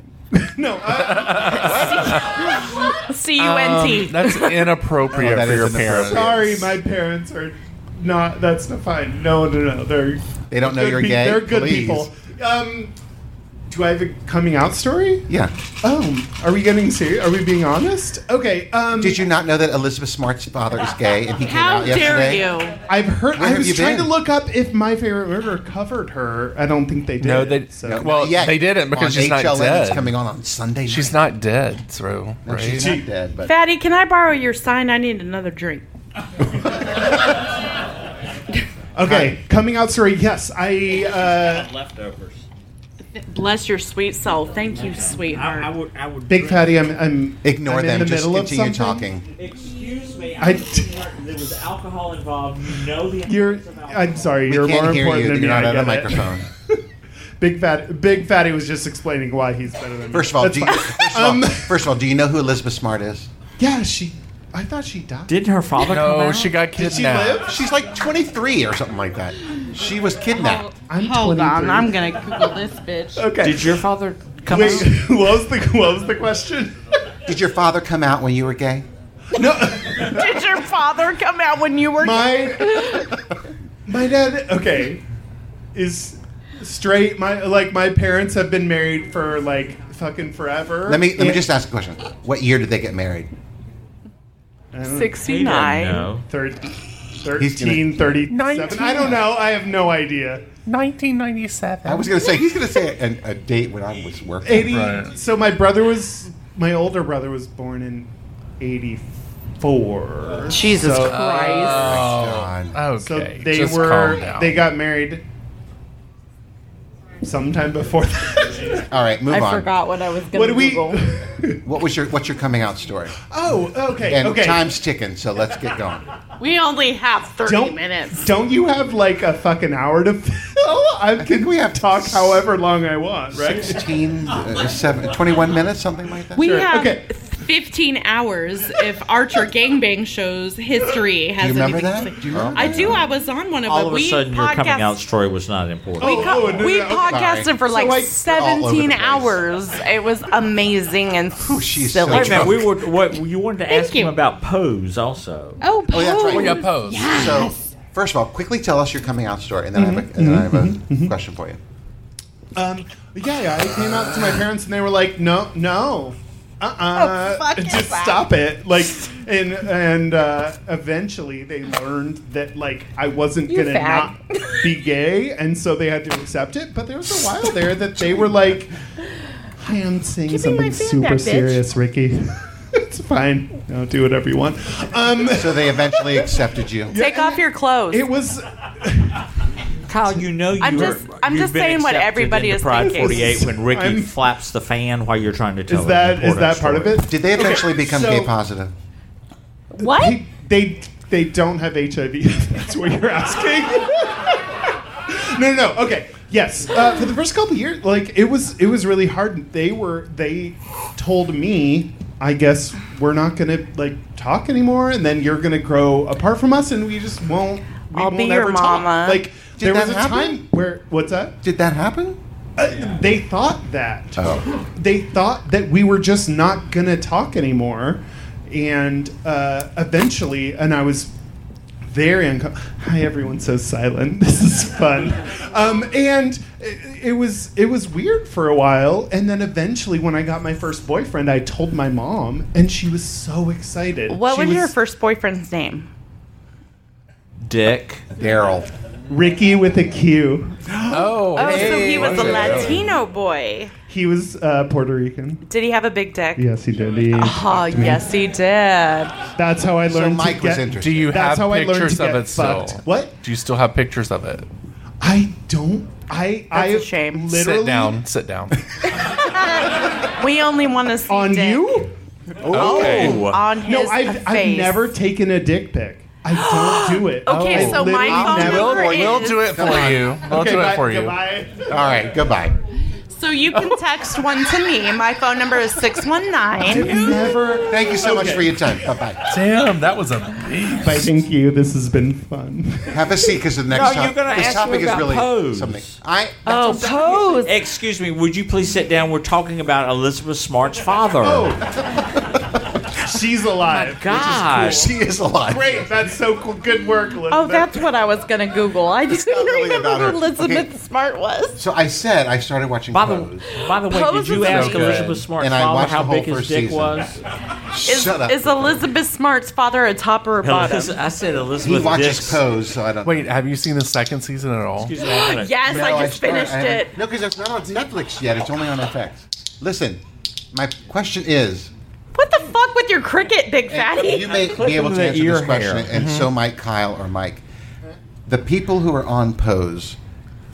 no,
C U N T.
That's inappropriate
Oh, that
for
is
your
inappropriate.
parents.
sorry, my parents are not. That's not fine. No, no, no. They're
They don't know
good
you're
pe-
gay?
They're good
Please.
people. Um, do I have a coming out story?
Yeah.
Um, are we getting serious? Are we being honest? Okay. Um,
Did you not know that Elizabeth Smart's father is gay and he came
How
out
dare
yesterday?
you?
I've heard.
Where
I
have
was
you
trying
been?
to look up if my favorite murder covered her. I don't think they did.
No, they.
So.
Well,
Yet,
they didn't because
on
she's not
HLN, It's
dead.
coming on on Sunday.
She's
night.
not dead, so
No,
right?
She's not dead, but
Fatty, can I borrow your sign? I need another drink.
okay. Coming out story. Yes, I. Uh,
Leftovers.
Bless your sweet soul. Thank you, sweetheart.
would. I would.
Big fatty. I'm. I'm
ignore
I'm
them.
In the
Just
middle of
continue
something.
talking.
Excuse me.
I-
there was alcohol involved. You know the.
You're.
importance of alcohol.
I'm sorry.
We
you're
can't
more
hear
important
you.
than
You're
me.
not
I
on the
get it.
microphone.
Big fat. Big fatty was just explaining why he's better than me.
First of all,
That's
do you,
fine.
first, of all
Um,
first of all, do you know who Elizabeth Smart is?
yeah, she. I thought she died.
Did her father come
No,
out?
she got
Did
kidnapped.
she live?
She's like 23 or something like that. She was kidnapped.
Oh.
I'm
Hold on,
23.
I'm gonna Google this bitch.
Okay.
Did your father come
Wait.
out?
what was the What was the question?
Did your father come out when you were gay?
no.
Did your father come out when you were?
my my dad okay is straight my like my parents have been married for like fucking forever
Let me let me just ask a question. What year did they get married?
Sixty-nine.
Thir-
He's gonna-
13 37 i don't know Oh, i have no idea
1997.
I was gonna say he's gonna say an, a date when I was working.
80
Right.
so my brother was my older brother was born in 84
Jesus
So- Oh.
Christ.
God.
Oh. Okay.
so they
just calm
were
down.
they got married sometime before that
All right, move
I
on.
forgot what I was gonna
what do we
Google.
What was your what's your coming out story?
oh okay
And
okay
time's ticking, so let's get going.
We only have 30
don't,
minutes.
Don't you have like a fucking hour to fill? I, can
think we
we
have
have talk however long I want, right?
16, uh, seven, 21 minutes, something like that.
We
Sure,
have
okay.
15 hours if Archer gangbang shows history has
you remember
anything
that?
to-
Do you remember
I
that?
do. I was on one of
All
them.
of a
We
sudden, your coming
podcast-
out story was not important.
we co-
Oh,
no, no,
we
no, I'm
podcasted
sorry.
for
So,
like
like, all over the
17
place.
hours. It was amazing and
Oh,
silly.
Wait a minute, we were what you wanted to ask him about pose also.
Oh,
Oh, yeah, that's right.
Pose. Yeah, Pose.
So, first of all, quickly tell us your coming out story, and then I
Mm-hmm.
have a, and then I have a question for you.
Um, yeah, yeah. I came out to my parents and they were like, "No, no, uh,
Oh,
uh just stop it!" Like, and and uh, eventually they learned that like I wasn't
You
gonna
fag.
not be gay, and so they had to accept it. But there was a while there that they were like, "I am saying something super serious, Ricky." it's fine. No, do whatever you want. Um,
so they eventually accepted you.
Take off your clothes. It
was.
Kyle, you know you
I'm just, I'm just saying what everybody is
Pride
thinking.
48 when Ricky
I'm-
flaps the fan while you're trying to tell
Is
an
that is
important
that part of
story.
it?
Did they eventually become gay positive?
What?
they they don't have HIV. That's what you're asking. no, no, no. Okay. Yes. Uh, for the first couple of years, like it was it was really hard. They were they told me, I guess we're not gonna like talk anymore, and then you're gonna grow apart from us, and we just won't. We
I'll
won't
be
ever
your
talk.
mama.
Like
Did
there
that
was a
happen?
time where what's that?
Did that happen?
Uh, they thought that
Oh.
they thought that we were just not gonna talk anymore, and uh, eventually, and I was very uncomfortable. Hi, everyone's so silent. This is fun. Um, and it, it was it was weird for a while, and then eventually, when I got my first boyfriend, I told my mom, and she was so excited.
What
She
was,
was
your first boyfriend's name?
Dick
Daryl
Ricky with a Q.
Oh, oh so he was a
okay.
Latino boy.
He was uh, Puerto Rican.
Did he have a big dick?
Yes, he did. He
Oh,
fucked me.
yes, he did.
That's how I
So
learned.
Mike
to
was
get,
Do you have
that's how I learned to
pictures of
get
it still?
fucked. What?
Do you still have pictures of it?
I don't. I I
That's a shame.
Sit down. Sit down.
We only want to see on
you.
Oh, on his
no, I've, I've
face.
never taken a dick pic. I don't do it.
Okay,
I
so my
literally
phone
never-
number We'll- we'll is- do it for
Goodbye.
you. We'll
Okay,
do it
bye-
for you.
goodbye. All right, goodbye.
So you can text one to me. My phone number is 619.
Never. Thank you so much
Okay.
for your time. Bye bye.
Damn, that was a
But thank you. This has been fun.
Have a seat because the next
No,
time
you're gonna
this
ask
topic
him about
is really
pose.
something. I
oh pose.
Excuse me, would you please sit down? We're talking about Elizabeth Smart's father.
Oh.
She's alive.
gosh.
She is alive.
Great. That's so cool. Good work, Elizabeth.
Oh, that's what I was gonna Google. I didn't remember
about
who
her.
Elizabeth
Okay.
Smart was.
So I said I started watching
By the-
Pose.
by the way, did you
is
ask
good.
Elizabeth Smart's
and I
father
watched
how
the whole
big his
first
dick
season.
was?
Is,
Shut up.
is Elizabeth Smart's father a top or a bottom?
Eliz- I said
He
Elizabeth
watches
Dick's-
Pose, so I don't.
Wait, have you seen the second season at all?
Excuse me, I'm gonna-
Yes, I just
start-
finished
haven't-
it.
No, because it's not on Netflix yet. It's only on FX. Listen, my question is,
What the fuck with your cricket, big fatty?
you may be able to answer this question, and so might Kyle or Mike. The people who are on Pose,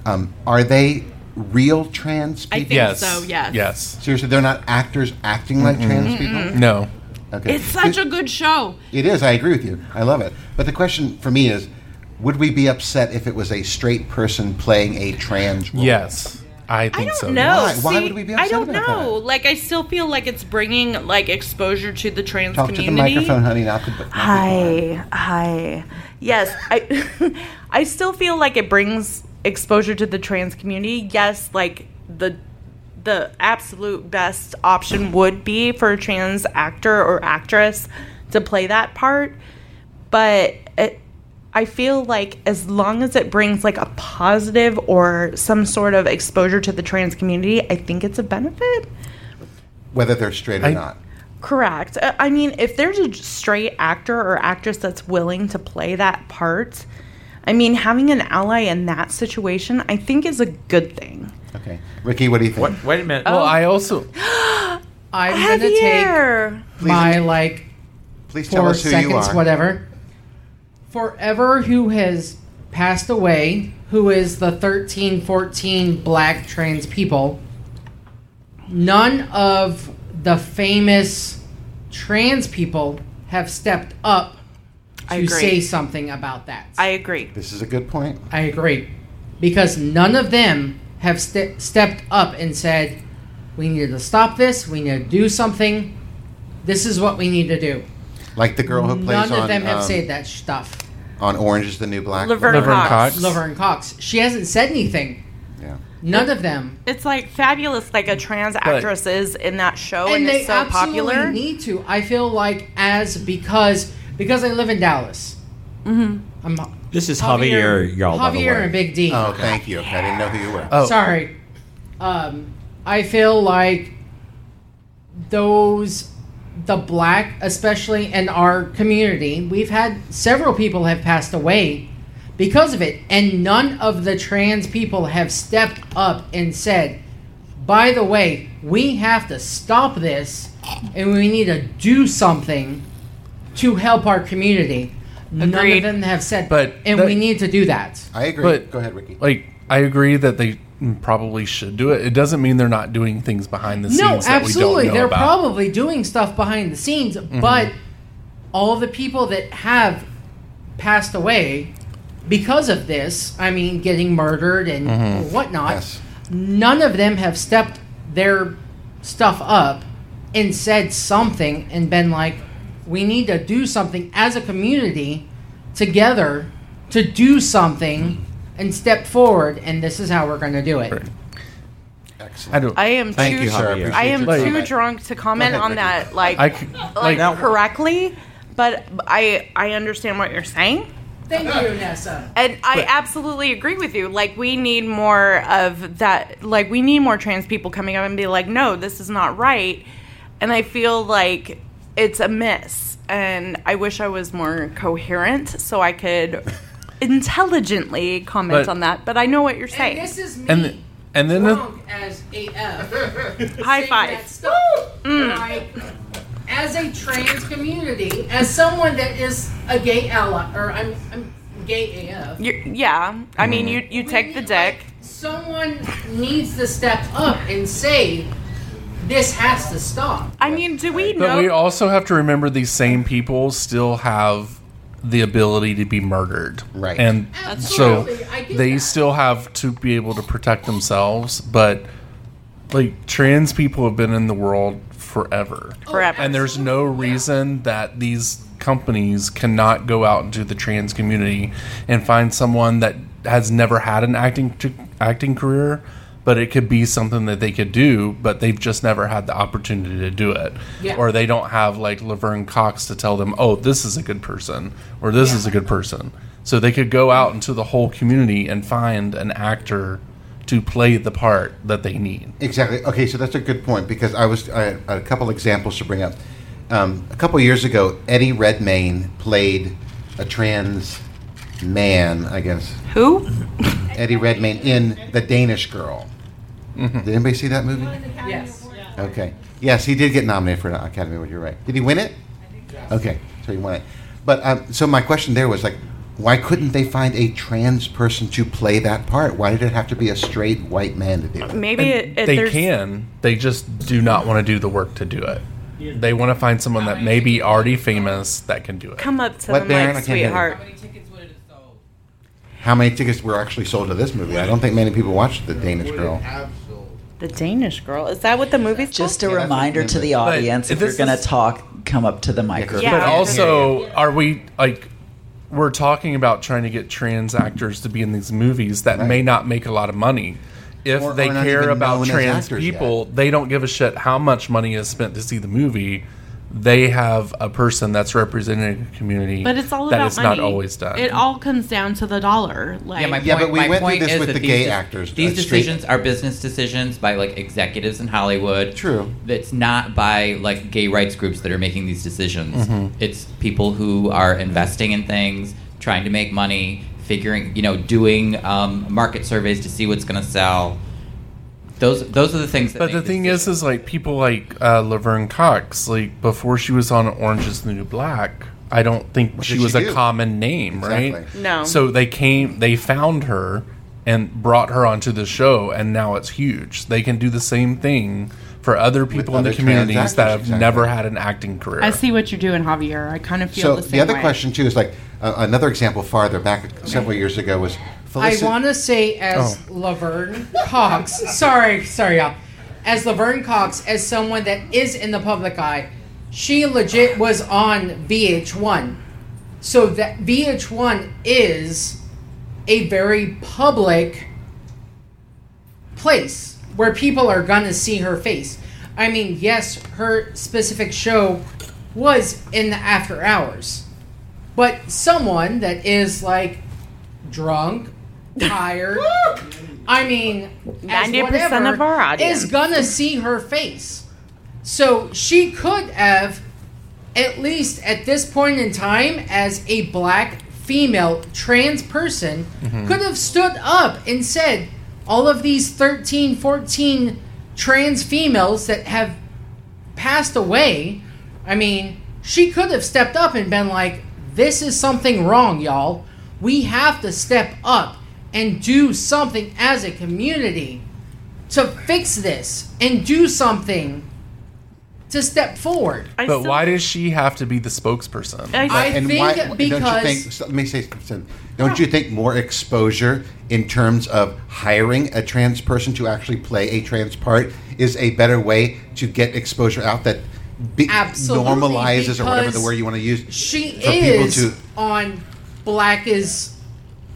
um, are they real trans people?
I think Yes. so, yes. Yes.
Seriously, they're not actors acting like trans
Mm-mm.
people?
Mm-mm. No.
Okay.
It's such a good show.
It is. I agree with you. I love it. But the question for me is, would we be upset if it was a straight person playing a trans role?
Yes, I think so.
No,
Why? Why
see,
would we be
I
upset
don't
about
know. Like, I still feel like it's bringing like exposure to the trans
that? Talk to the
community.
microphone, honey. Not the. not the-
Hi, hi. Yes, I I still feel like it brings exposure to the trans community. Yes, like the the absolute best option would be for a trans actor or actress to play that part, but it, I feel like as long as it brings like a positive or some sort of exposure to the trans community, I think it's a benefit.
Whether they're straight or not.
Correct. Uh, I mean, if there's a straight actor or actress that's willing to play that part, I mean, having an ally in that situation, I think is a good thing.
Okay, Ricky, what do you think?
wait a minute.
Well, I also
I'm
Have
gonna
here.
take my like
Please
four
tell us who you
seconds,
are.
whatever. Forever, who has passed away, who is the thirteen, fourteen black trans people. None of the famous trans people have stepped up
I
to
agree.
say something about that.
I agree.
This is a good point.
I agree. Because none of them have ste- stepped up and said, we need to stop this, we need to do something. This is what we need to do.
Like the girl who plays
None
on
of them have
um,
said that stuff.
on Orange is the New Black.
Laverne Cox. She hasn't said anything.
Yeah.
None of them.
It's like fabulous, like a trans actress is in that show, Oh, and,
and they
it's so
absolutely
popular.
need to. I feel like as because because I live in Dallas. Mm-hmm. I'm
This is Javier, y'all. by the
Javier
way.
and Big D.
Oh, thank you. I didn't know who you were.
Oh.
sorry. Um, I feel like those the black, especially in our community, we've had several people have passed away because of it, and none of the trans people have stepped up and said, "By the way, we have to stop this, and we need to do something to help our community." None of
Agreed.
them have said,
But
and
that-
we need to do that.
I agree.
But
Go ahead, Ricky.
Like I agree that they probably should do it. It doesn't mean they're not doing things behind the
no,
scenes.
absolutely.
That we don't know
They're
about. Mm-hmm.
probably doing stuff behind the scenes, but all the people that have passed away because of this, I mean, getting murdered and
Mm-hmm.
Mhm.
whatnot,
Yes.
none of them have stepped their stuff up and said something and been like, we need to do something as a community together to do something
Mm-hmm.
and step forward, and this is how we're going to do it.
Excellent.
I don't.
I am
Thank
too.
you, sir.
I
appreciate
am
your
too
comment.
drunk to comment
Go ahead,
on that, like,
I c-
like
like- Now-
correctly. But I I understand what you're saying.
Thank you, Nessa.
And I
But-
absolutely agree with you. Like we need more of that. Like we need more trans people coming up and be like, no, this is not right. And I feel like it's a miss. And I wish I was more coherent so I could intelligently comment
But-
on that. But I know what you're saying.
this is me.
And th- and then the-
as AF.
High
saying
five.
that stuff, right? As a trans community, as someone that is a gay ally, or I'm, I'm gay AF,
You're, yeah, I mean,
Mm-hmm.
you you take the dick.
someone needs to step up and say, this has to stop.
I mean, do we
But
know?
we also have to remember these same people still have the ability to be murdered. Right. And
Absolutely,
so
I get
they
that.
still have to be able to protect themselves, but like trans people have been in the world forever.
Forever.
And there's no reason that these companies cannot go out into the trans community and find someone that has never had an acting t- acting career but it could be something that they could do but they've just never had the opportunity to do it
Yeah.
or they don't have like Laverne Cox to tell them oh this is a good person or this is a good person so they could go out into the whole community and find an actor to play the part that they need
Exactly. Okay, so that's a good point because I was I, had a couple examples to bring up. Um, a couple years ago, Eddie Redmayne played a trans man, I guess.
Who?
Eddie Redmayne in The Danish Girl.
Mm-hmm.
Did anybody see that movie?
Yes.
Okay. Yes, he did get nominated for an Academy Award. You're right. Did he win it? Okay, so he won it. But um, so my question there was like, why couldn't they find a trans person to play that part? Why did it have to be a straight white man to do it?
Maybe it, it,
they
there's
can they just do not want to do the work to do it they want to find someone that may be already famous that can do it
come up to
What,
them
Darren? I
like
can't hear you.
sweetheart.
How many tickets were actually sold to this movie? I don't think many people watched The Danish Girl.
The Danish girl. Is that what the movie's
Just a reminder to the
But
audience: if
this
you're going
is-
to talk, come up to the microphone.
but also are we like we're talking about trying to get trans actors to be in these movies that may not make a lot of money if
Or
they
are not
care
even
about
known as
trans
actors
people they don't give a shit how much money is spent to see the movie they have a person that's representing a community
But it's all
that
about
is
money.
not always done
It all comes down to the dollar. Like,
yeah, my point, my point is that these de- These decisions are business decisions by like executives in Hollywood. True. It's not by like gay rights groups that are making these decisions.
Mhm.
It's people who are investing in things, trying to make money, figuring, you know, doing um, market surveys to see what's going to sell. Those those are the things that
But the thing is, is like people like uh, Laverne Cox, like before she was on Orange Is the New Black, I don't think
What
she
did
was
she
a
do?
common name, right?
Exactly. No.
So they came, they found her and brought her onto the show, and now it's huge. They can do the same thing for other people in
other
the communities
trans
that have
actors,
never had an acting career.
I see what you're doing, Javier. I kind of feel
So
the same
the other
way.
question too is like uh, another example farther back several years ago was
I
Felicity.
want to say as Laverne Cox. sorry, sorry, y'all. As Laverne Cox, as someone that is in the public eye, she legit was on VH1. So that VH1 is a very public place where people are gonna see her face. I mean, yes, her specific show was in the after hours. But someone that is like drunk, tired, I mean, as
90%
whatever,
of our audience.
is gonna see her face. So she could have, at least at this point in time, as a black female trans person,
Mhm.
could have stood up and said, all of these 13, 14 trans females that have passed away, I mean, she could have stepped up and been like, this is something wrong, y'all. We have to step up and do something as a community to fix this and do something to step forward.
but why does she have to be the spokesperson?
I I think
don't you
because-
think? so- Let me say something. Don't you think more exposure in terms of hiring a trans person to actually play a trans part is a better way to get exposure out that be-
Absolutely,
normalizes or whatever the
because
word you want to use
she
for people
is
to
on Black is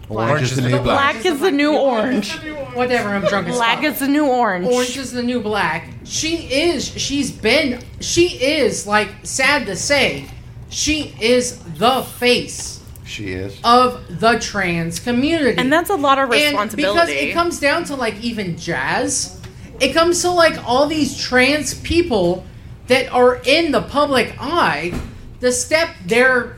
orange is the new black.
Black is the new orange.
Whatever, I'm drunk as
Black
fuck.
is the new orange.
Orange is the new black. She is. She's been. She is like sad to say, she is the face
She is.
Oh, of the trans community, and
that's a lot of
because
responsibility.
it comes down to like even jazz, it comes to like all these trans people that are in the public eye to step their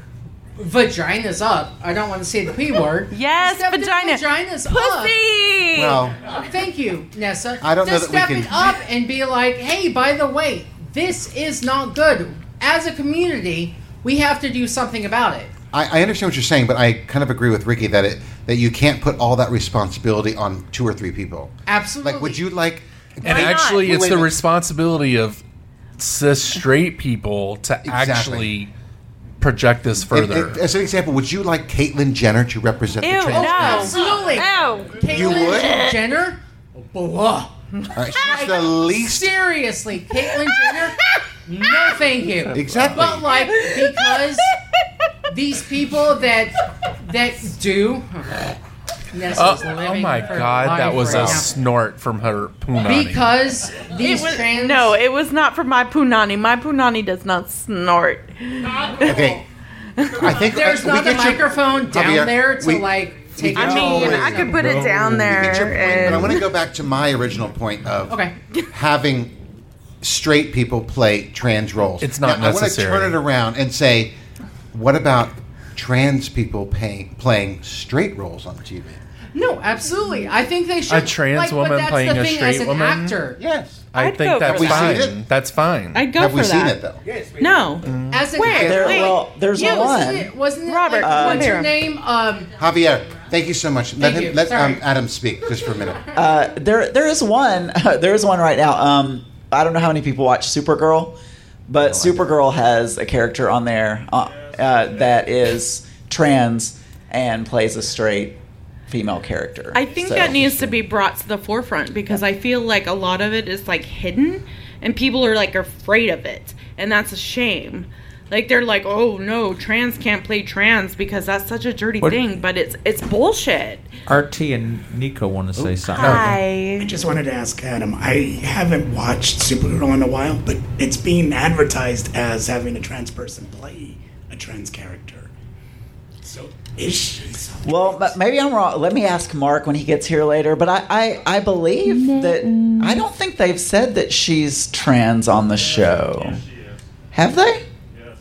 vaginas up. I don't want to say the p word.
Yes, vagina.
vaginas up.
Pussy.
Well-
thank you, Nessa.
I don't
to
know that we
step
can-
it up and be like, hey, by the way, this is not good. As a community, we have to do something about it.
I, I understand what you're saying, but I kind of agree with Ricky that it that you can't put all that responsibility on two or three people.
Absolutely.
Like, would you like?
And actually,
Wait,
it's
wait
the
a minute.
responsibility of cis straight people to actually project this further.
If- if- as an example, would you like Caitlyn Jenner to represent the trans?
Oh, absolutely. Caitlyn
You would?
Jenner? Blah.
All right, she's the least.
Seriously, Caitlyn Jenner? No, thank you.
Exactly.
But like because these people that that do. Nessa's
Oh, oh
living
my
her
god, that
life
was
right
a
now.
snort from her punani.
Because these
it was, No, it was not for my punani. My punani does not snort.
Okay. I think
There's
we
not a
get your-
microphone down
Javier,
there to
we-
like
we
take.
get
it
your
all
point.
in.
We get your point, but I want to go back to my original point of
Okay.
having straight people play trans roles. It's
not
now, I
necessary.
want to turn it around and say, what about trans people paying, playing straight roles on TV?
No, absolutely. I think they should.
trans
like, but
woman
that's
playing
the
a
thing
straight
as an
woman?
Actor.
Yes.
I
I'd go
think that's
for that.
fine.
Have we
That's fine.
I'd go Have we for seen that. it, though?
Yes.
No.
Mm.
As an
Where?
actor.
There-
Wait.
well, there's
yeah,
one.
Wasn't it, wasn't it Robert?
Uh,
what's
Montero.
your name? Um,
Javier, thank you so much. Let,
Thank
him,
you.
let um,
Sorry.
Adam speak just for a minute.
Uh, there, there is one. there is one right now. Um, I don't know how many people watch Supergirl, but Supergirl has a character on there uh, uh, that is trans and plays a straight female character.
I think
So-
that needs to be brought to the forefront because I feel like a lot of it is like hidden and people are like afraid of it. And that's a shame. Like they're like, "Oh no, trans can't play trans because that's such a dirty
What-
thing," but it's it's bullshit.
RT and Nico want to say something.
I just wanted to ask Adam. I haven't watched Supergirl in a while, but it's being advertised as having a trans person play a trans character. So is she?
Well, ma- maybe I'm wrong. Let me ask Mark when he gets here later. But I, I, I believe that I don't think they've said that she's trans on the show. Have they? Yes.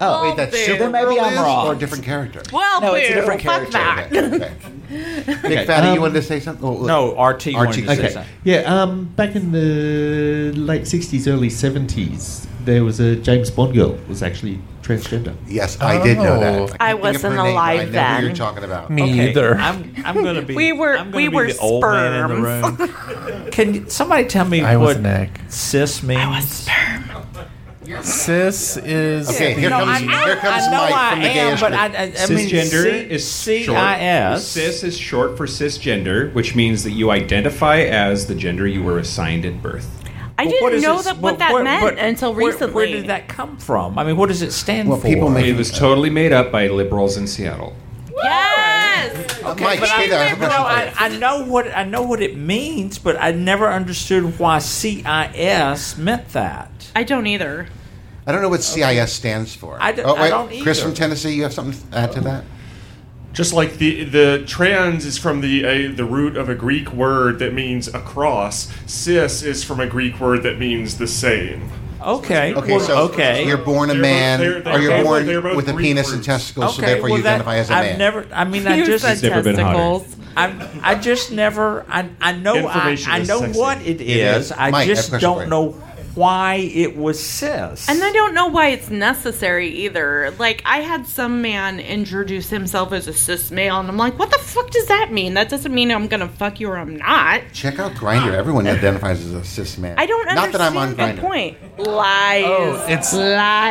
Oh,
Wait, that's
so then maybe
Supergirl
I'm
is
wrong.
Or a different character?
Well,
no, it's a
boo,
different
fuck
character.
that.
Nick Fatty, you wanted to say something? Oh,
Um, No, RT wanted to say
okay.
something.
Yeah, um, back in the late 60s, early 70s, there was a James Bond girl was actually transgender.
Yes, I did know
Oh.
that.
I wasn't alive then.
Okay, I'm, I'm gonna be.
We were
I'm gonna
we
be
were
the old man in the
sperms.
room. Can somebody tell me
I was
what
Nick.
cis means? I was sperm.
Cis is
Okay, here
the-
comes- here comes I know Mike I from the am, gayest but group. I- I- I mean,
cisgender
C-
is
CIS.
short. Cis is short for cisgender, which means that you identify as the gender you were assigned at birth.
I
Well, what
didn't
is
know
this-
that
well,
what that
where-
meant
where-
until
where-
recently.
Where did that come from? I mean, what does it stand for?
it was totally made up by liberals in Seattle.
Yes.
Okay,
Mike,
but I,
stay there. I have a
no,
question for
I, I know what I know what it means, but I never understood why CIS meant that.
I don't either.
I don't know what CIS stands for.
I d-
oh,
I
wait,
don't
Chris
either.
from Tennessee, you have something to add to that?
Just like the the trans is from the uh, the root of a Greek word that means across. Cis is from a Greek word that means the same.
Okay.
Okay,
Well,
so
okay.
you're born a
They're both-
man,
they're- they're
or you're
both-
born
they're both
with a
Greek
penis and
roots.
testicles, so
Okay,
therefore
well,
you
that-
identify as a
I've
man.
Never, I mean, I
You
just
said He's never been hotter. testicles.
I'm, I just never. I, I know. I,
Information
I
is
know
sexy.
what
It
it
is.
is. I
Mike, I have a
just
question for
don't
you.
know why it was cis.
And I don't know why it's necessary either. Like, I had some man introduce himself as a cis male, and I'm like, what the fuck does that mean? That doesn't mean I'm gonna fuck you or I'm not.
Check out Grinder. Everyone identifies as a cis man.
I don't understand
Not that I'm on
that
Grinder.
point. Lies.
Oh, it's-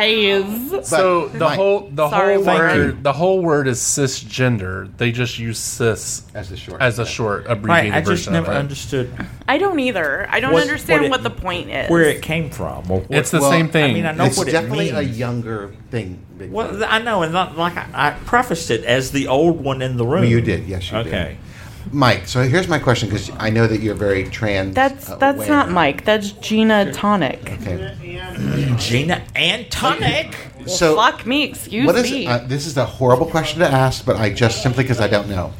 lies.
So the whole the
Sorry,
whole
Mike.
word the whole word is cisgender. They just use cis
as a short
as a short abbreviated
I just
version
never
of it.
understood
I don't either. I don't
What-
understand
what
what,
it-
the point is.
where it came from. Or
It's the Well, same thing.
I mean, I know
it's
what
definitely
it
a
means.
younger thing. Big
well, th- I know, and not like I, I prefaced it as the old one in the room.
Well, you did, yes, you did.
Okay.
Mike, so here's my question because I know that you're very trans.
That's that's not Mike. That's Gina Tonic.
Okay.
Gina Antonic.
So-
fuck me. Excuse
What is
me.
uh, this is a horrible question to ask, but I just simply because I don't know.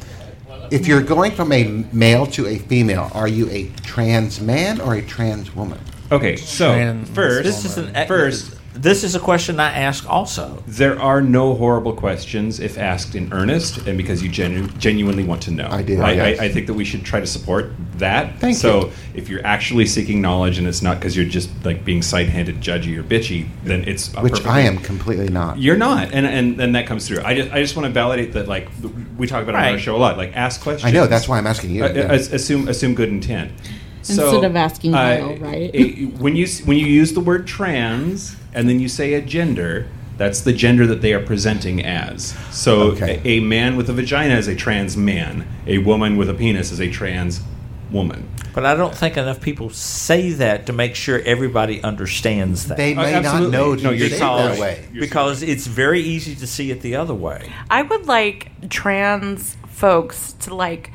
If you're going from a male to a female, are you a trans man or a trans woman?
Okay, so first,
this is an first. This is a question I ask also.
There are no horrible questions if asked in earnest and because you genu- genuinely want to know. I
do,
I,
yes.
I, think that we should try to support that.
Thank
so
you.
if you're actually seeking knowledge and it's not because you're just like being side-handed, judgy, or bitchy, then it's a
Which I
perfectly-
am completely not.
You're not, and and and that comes through. I just I just want to validate that. Like th- we talk about on our
Right.
show a lot. Like ask questions.
I know, that's why I'm asking you,
Uh, uh,
yeah.
as- assume assume good intent.
Instead of asking how, right?
it- when you s- when you use the word trans and then you say a gender, that's the gender that they are presenting as. So a, a man with a vagina is a trans man. A woman with a penis is a trans woman.
But I don't think enough people say that to make sure everybody understands that.
They may Oh, not absolutely. know to No, you're say it that
Because-
way.
Because it's very easy to see it the other way.
I would like trans folks to like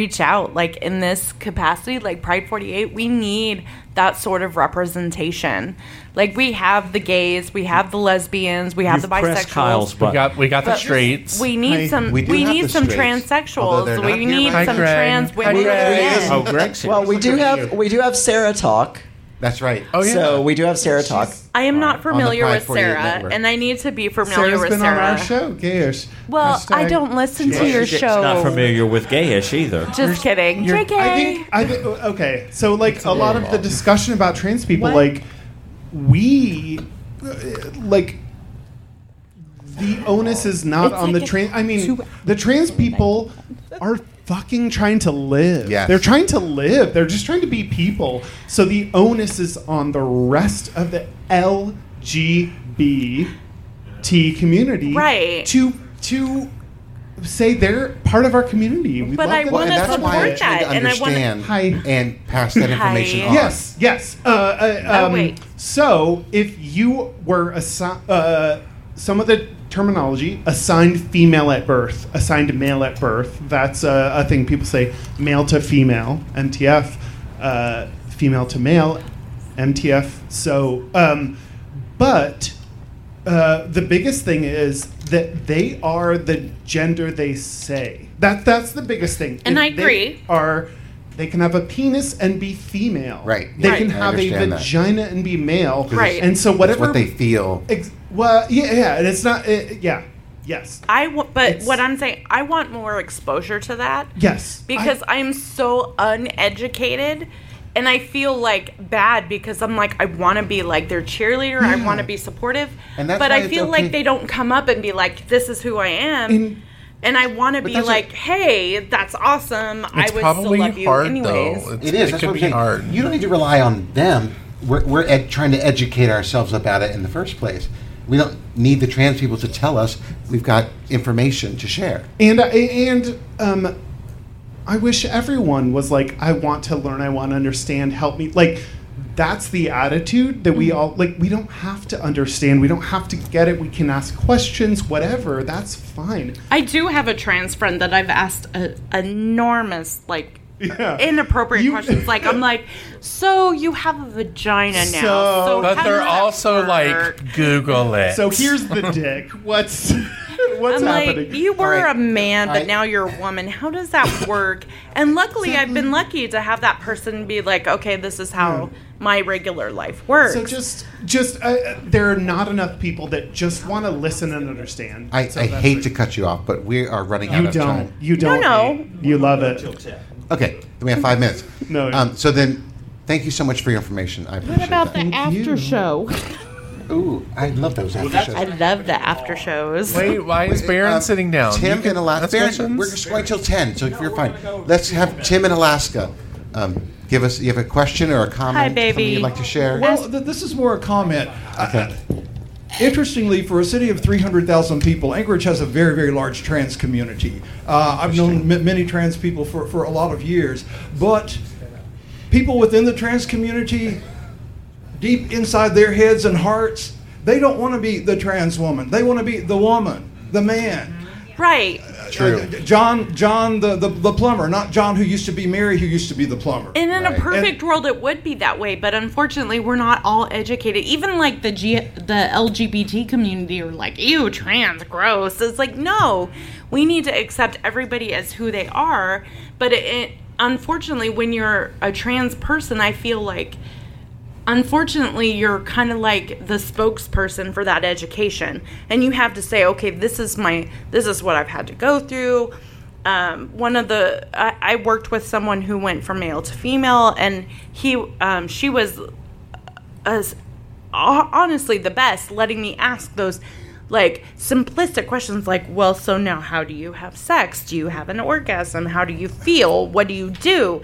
reach out like in this capacity like Pride 48 we need that sort of representation. Like we have the gays, we have the lesbians, we have
You've
the
pressed
bisexuals.
Kyle's button. We got- we got the
But
straights.
We need
Hi.
some
We
we,
do have the
need some
straights, although they're
transsexuals.
not
We
here
need
right
some
now. Hi,
trans
Greg. Hi,
women.
Greg.
men.
Oh, Greg's here.
Well, we do have we do have Sarah Talk.
That's right.
Oh
yeah.
So we do have Sarah Talk.
I am not
on the
familiar
Pride
with
48
Sarah
network.
and I need to be familiar
Sarah's
with
been
Sarah.
on our show, Gayers.
Well, I
Hashtag-
don't listen to your
She's
show.
not familiar with gayish either.
Just kidding.
You're-
JK.
I think I thi- okay. So like a lot of the discussion about trans people, like we, uh, like the onus is not
It's
on
like
the
a
trans. I mean, the trans people are fucking trying to live.
Yes.
they're trying to live. They're just trying to be people. So the onus is on the rest of the LGBT community,
Right.
To to say they're part of our community. We
But
love
I
them.
wanna
and that's why I'm
support
trying to
that, and I wanna-
understand and pass that information on.
Yes, yes. Uh, uh,
Oh,
um,
wait.
So, if you were assi- uh, some of the terminology assigned female at birth, assigned male at birth, that's a, a thing people say male to female, MTF, uh, female to male, MTF. So, um, but uh, the biggest thing is that they are the gender they say. That that's the biggest thing.
And I
they
agree.
Are they can have a penis and be female.
Right.
They
Right.
can
I
have a
understand that.
vagina and be male.
'Cause it's-
And so
it's
whatever
what they feel.
Ex- well, yeah, yeah, and it's not. It, yeah. Yes.
I w- but what I'm saying, I want more exposure to that
Yes.
because I, am so uneducated and I feel like bad because I'm like I want to be like their cheerleader, I want to be supportive,
And that's
but
why
I
it's
feel
okay.
like they don't come up and be like this is who I am.
And,
I want to be
that's
like, hey, that's awesome. I
It's
would
probably
still love you
hard,
anyways.
It's, it is.
it
That's
could
what I'm
be
saying.
hard.
You don't need to rely on them. We're, we're ed- trying to educate ourselves about it in the first place. We don't need the trans people to tell us. We've got information to share.
And I- and um, I wish everyone was like, I want to learn, I want to understand, help me. Like that's the attitude that we all like we don't have to understand we don't have to get it we can ask questions whatever that's fine
I do have a trans friend that I've asked a, enormous, like, inappropriate questions. Like, I'm like, so you have a vagina now. So,
but
how
they're
does
also like Google it.
so here's the dick what's what's
I'm
happening
like, you were a man, but
Alright.
now you're a woman. How does that work? and luckily, I've been lucky to have that person be like, okay, this is how my regular life works.
so just just uh, uh, there are not enough people that just want to listen and understand
I,
So
I
that's
hate to cut you off, but we are running out
You
of
don't.
time.
You don't.
No, no.
You love it.
Okay, then we have five minutes.
No.
Um, so then, thank you so much for your information. I appreciate
What about the
that.
after show?
Ooh, I love those after shows.
I love the after shows.
Wait, why is Baron
uh,
sitting down?
Tim
You can
in Alaska.
ask
Baron,
questions?
we're just going till ten, so if you're fine, let's have Tim in Alaska. Um, give us. You have a question or a comment? Something you'd like to share?
Well, th- this is more a comment.
okay.
Interestingly, for a city of 300,000 people, Anchorage has a very, very large trans community. Uh, I've known m- many trans people for, for a lot of years, but people within the trans community, deep inside their heads and hearts, they don't want to be the trans woman. They want to be the woman, the man.
Right.
True. Uh, John, John the, the, the plumber, not John who used to be Mary, who used to be the plumber.
And in a
And-
perfect world, it would be that way, but unfortunately, we're not all educated. Even like the G- the LGBT community are like, "Ew, trans, gross." It's like, no, we need to accept everybody as who they are. But it, it unfortunately, when you're a trans person, I feel like unfortunately you're kind of like the spokesperson for that education and you have to say okay this is my this is what i've had to go through um, one of the I, I worked with someone who went from male to female and he um, she was as ho- honestly the best letting me ask those like simplistic questions like well so now how do you have sex do you have an orgasm how do you feel what do you do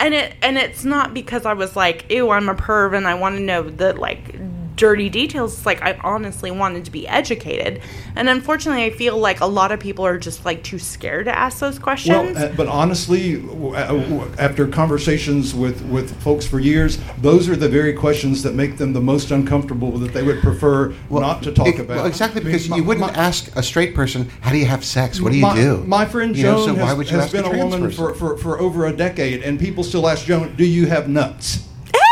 and it and it's not because i was like ew i'm a perv and i want to know the like dirty details it's like i honestly wanted to be educated and unfortunately i feel like a lot of people are just like too scared to ask those questions
Well, uh, but honestly, w- uh, w- after conversations with, with folks for years, those are the very questions that make them the most uncomfortable that they would prefer not to talk
It-
about.
well, exactly because you wouldn't ask a straight person, "How do you have sex? What do you
my,
do?"
My friend
You know,
Joan
so why
has,
would you
has
ask
been
a
a,
trans
woman
person?
for, for, for over a decade, and people still ask Joan, Do you have nuts?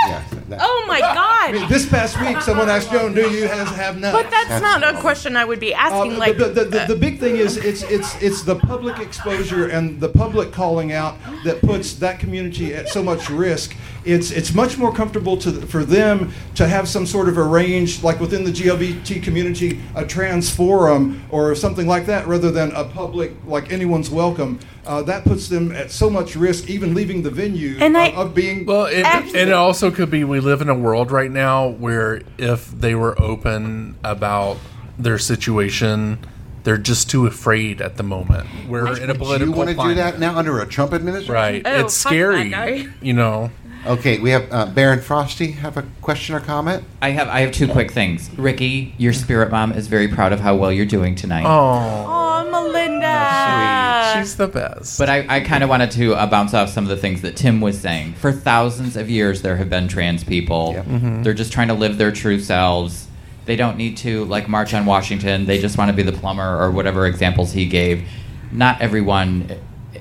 oh my god
This past week, someone asked Joan, Do you have, have nuts?
but that's, not a question i would be asking
Uh,
like
the, the, the, the big thing is it's it's it's the public exposure and the public calling out that puts that community at so much risk. It's it's much more comfortable to for them to have some sort of arranged like within the GLBT community a trans forum or something like that rather than a public like anyone's welcome. Uh, that puts them at so much risk, even leaving the venue
And
uh,
I-
of being
well. It, and it also could be we live in a world right now where if they were open about their situation, they're just too afraid at the moment. We're in a
Would you
political
want to do
climate.
that now under a Trump administration?
Right. Oh, It's fuck that scary, guy. you know.
Okay, we have uh, Baron Frosty have a question or comment.
I have I have two quick things. Ricky, your spirit mom is very proud of how well you're doing tonight.
oh melinda
she's the best.
But I, I kind of wanted to uh, bounce off some of the things that Tim was saying. For thousands of years, there have been trans people.
Mhm.
They're just trying to live their true selves. They don't need to like march on Washington. They just want to be the plumber or whatever examples he gave. Not everyone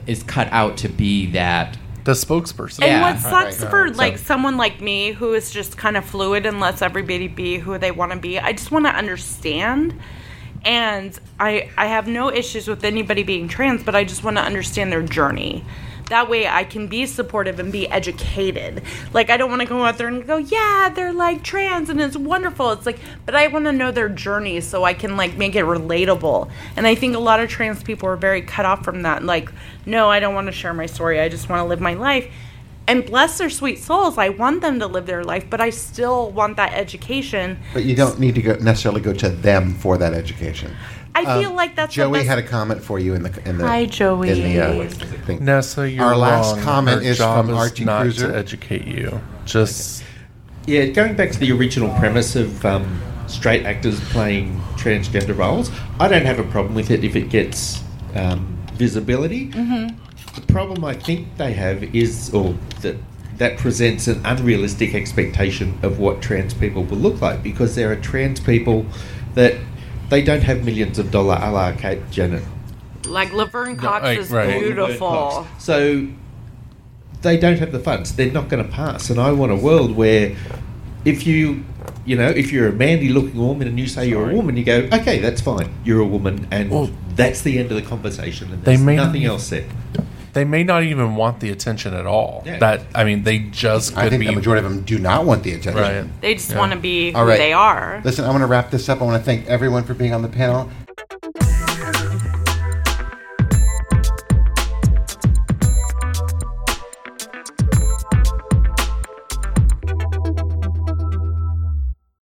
is cut out to be that.
The spokesperson.
yeah.
And what sucks for like someone like me who is just kind of fluid and lets everybody be who they want to be. I just want to understand, and I I have no issues with anybody being trans, but I just want to understand their journey. That way, I can be supportive and be educated. Like I don't want to go out there and go, yeah, they're like trans and it's wonderful. It's like, but I want to know their journey so I can like make it relatable. And I think a lot of trans people are very cut off from that. Like, no, I don't want to share my story. I just want to live my life and bless their sweet souls. I want them to live their life, but I still want that education.
But you don't need to go necessarily go to them for that education.
I
Um,
feel like that's
Joey
the best.
had a comment for you in the in the
Hi, Joey.
in the uh, thing.
Nessa, you're
Our last
wrong.
comment
Her
is
job
from Archie
not
Cruiser.
to educate you. Just
Yeah, going back to the original premise of um, straight actors playing transgender roles, I don't have a problem with it if it gets um, visibility.
Mm-hmm.
The problem I think they have is, or that that presents an unrealistic expectation of what trans people will look like because there are trans people that they don't have millions of dollar a la Kate Jenner.
Like Laverne Cox
right,
is
right.
beautiful.
So they don't have the funds. They're not going to pass. And I want a world where if you, you know, if you're a manly looking woman and you say you're a woman, you go, okay, that's fine. You're a woman. And that's the end of the conversation. And
They
there's
may
nothing else said.
They may not even want the attention at all.
Yeah.
That I mean, they just. Could
I think
be,
the majority of them do not want the attention.
Right.
They just want to be who
All right.
they are.
Listen, I want to wrap this up. I want to thank everyone for being on the panel.